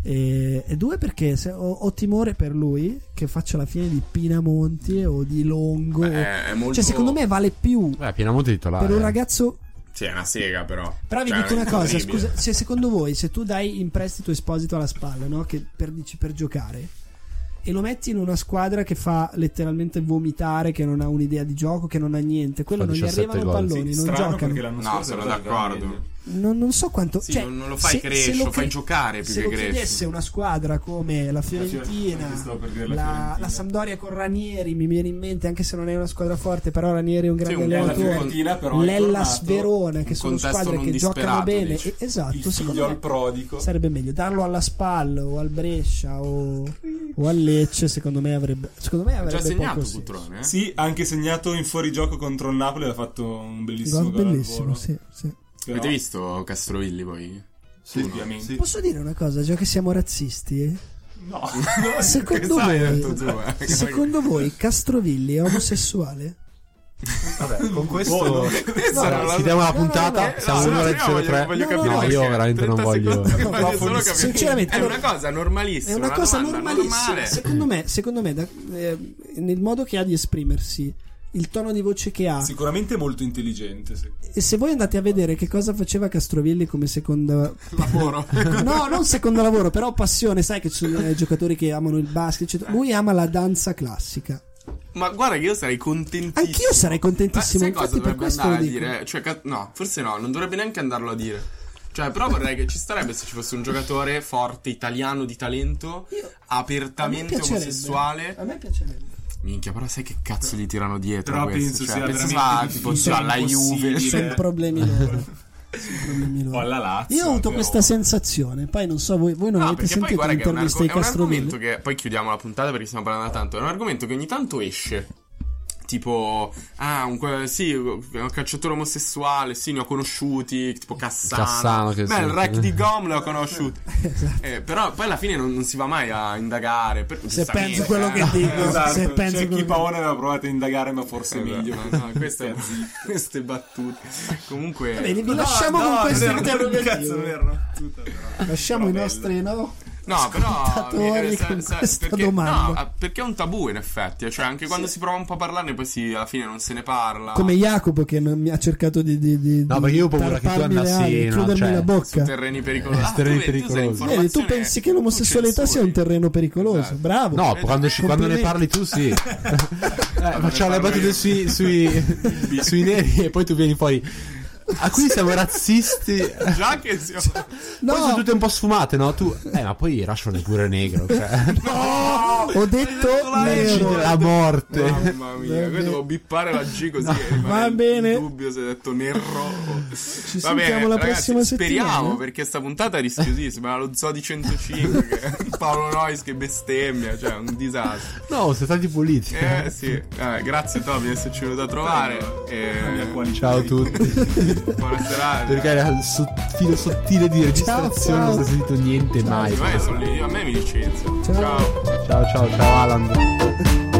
E, e due perché se- ho, ho timore per lui che faccia la fine di Pinamonti o di Longo.
è, è molto...
Cioè, secondo me vale più
Beh, Pinamonte è titolare.
per un ragazzo.
Sì, è una sega, però.
Però vi
Cioè,
dico
è
una cosa:
incredibile.
scusa, se secondo voi, se tu dai in prestito Esposito alla spalla, no? Che per, dici per giocare. E lo metti in una squadra che fa letteralmente vomitare, che non ha un'idea di gioco, che non ha niente. Quello
Fa
non gli
17
arrivano i
gol.
Sì,
palloni, non
strano
giocano.
perché l'anno
No,
scorso
sono
era già
d'accordo.
meglio.
Non, non so quanto.
Sì,
cioè,
non, non lo fai
se-
crescere,
se
lo,
cre-
fai giocare più
se
che
lo
crescere.
chiedesse una squadra come la
La
Fiorentina,
Fiorentina, stavo per dire la
la,
Fiorentina.
la Sampdoria con Ranieri, mi viene in mente, anche se non è una squadra forte, però Ranieri è un grande
un bel
La
allenatore.
Fiorentina però è
L'Ellas
tornato
Verona, che
un
sono
contesto
squadre
non
che giocano
disperato,
bene.
dici.
E- esatto,
il figlio
secondo me
al prodigo.
sarebbe meglio darlo alla Spal o al Brescia o, o al Lecce. Secondo me avrebbe, secondo me
Ha
avrebbe
già segnato
poco senso.
Cutrone. Eh?
Sì, ha anche segnato in fuorigioco contro il Napoli, ha fatto un bellissimo
Gol
gol, al
bellissimo,
volo.
sì, sì.
Però-
Avete visto Castrovilli poi?
Sì, ovviamente.
Posso dire una cosa, già che siamo razzisti?
No.
Secondo
Questa hai detto
voi,
tu, eh.
secondo voi Castrovilli è omosessuale?
Vabbè, con questo
Oh,
Oh, Questa era la-
Chiudiamo la puntata.
Eh, no,
siamo
no,
uno
prima
lezione
voglio-
3.
voglio
capire
no, io
perché.
veramente non
30
voglio.
secondi, voglio
No,
solo capire.
sinceramente,
è una
allora-
cosa normalissima.
È una cosa
domanda
normalissima.
normale.
Secondo me, secondo me da- eh, nel modo che ha di esprimersi, il tono di voce che ha,
Sicuramente molto intelligente. sì.
e se voi andate a vedere che cosa faceva Castrovilli come seconda
Lavoro.
no, non secondo lavoro, però passione, sai che ci sono eh, giocatori che amano il basket, eccetera. lui ama la danza classica.
Ma guarda che io sarei contentissimo.
Anch'io sarei contentissimo,
Ma sai
infatti
cosa
per
dovrebbe
questo
andare a
lo dico.
dire? Cioè, ca- no, forse no, non dovrebbe neanche andarlo a dire. Cioè, però vorrei che ci starebbe se ci fosse un giocatore forte, italiano, di talento, apertamente omosessuale.
A me piacerebbe.
Minchia, però sai che cazzo gli tirano dietro
Però
a
penso
questo? Cioè,
sia
penso si
veramente
va tipo
difficile,
cioè, alla Juve.
impossibile.
cioè,
Sono problemi loro. Sono problemi loro.
O alla Lazio.
Io ho avuto
però.
questa sensazione, poi non so, voi, voi non
No,
avete
Ah, perché poi
sentito
guarda che è un,
l'intervista
argo-
di
è un argomento
Castrovilli?
che poi chiudiamo la puntata perché stiamo parlando da tanto. È un argomento che ogni tanto esce. Tipo, ah, un, que- sì, è un calciatore omosessuale, sì, ne ho conosciuti, tipo Cassano.
Cassano, che
Beh, il
sì.
rec di Gom l'ho conosciuto. Eh, però poi alla fine non, non si va mai a indagare. per-
Esatto. Se
giustamente,
penso quello
eh.
che dico,
Esatto,
se penso
c'è chi
quello che-
Paone aveva provato a indagare, ma forse
Eh,
è meglio.
no, no, queste, queste battute. Comunque...
Bene, vi lasciamo con questo
Cazzo,
interrogativo.
vero. Tutta, però.
Lasciamo i nostri no?
No, però
ascoltatori
eh, sa-
con
sa-
questa
perché,
domanda.
no, ah, perché è un tabù in effetti, cioè anche quando si prova un po' a parlarne poi si, alla fine non se ne parla.
come Jacopo che non mi ha cercato di, di, di
No, perché io ho paura che tu
tartarmi le
andassi,
ali,
no,
chiudermi
cioè,
la
su
bocca.
terreni pericolosi. Ah,
terreni
tu vedi, tu sei
pericolosi.
Eh, Vedi, tu
informazione-
pensi che l'omosessualità
tu
sia un
censuri.
terreno pericoloso?
Esatto.
Bravo.
No, quando, ci- quando ne
complimenti.
parli tu sì. Eh, facciamo le
parlo
battute
io.
sui, sui, sui neri e poi tu vieni fuori. Ah, qui siamo razzisti. Poi
Già che sia...
No,
sono tutte un po' sfumate, no? Tu... Eh, ma poi Rashford è pure negro. Cioè.
ho detto
Leggi
nero.
della morte.
Mamma mia, qui devo bippare la G così e rimane
va
in
bene.
dubbio se hai detto nero. Ci
sentiamo la prossima
Speriamo
settimana.
perché sta puntata è rischiosissima. eh, Lo Zoo di 105, che- Paolo Nois che bestemmia, cioè un disastro.
No, siete stati puliti.
Eh sì, Vabbè, grazie Toby di esserci venuto a trovare. E
Ciao a tutti.
buona serata.
Perché era il sottile, sottile di registrazione,
ciao.
non si è sentito niente mai.
Ormai sono lì, a me mi licenzio.
Ciao.
Ciao.
Ciao, ciao, ciao, Alan.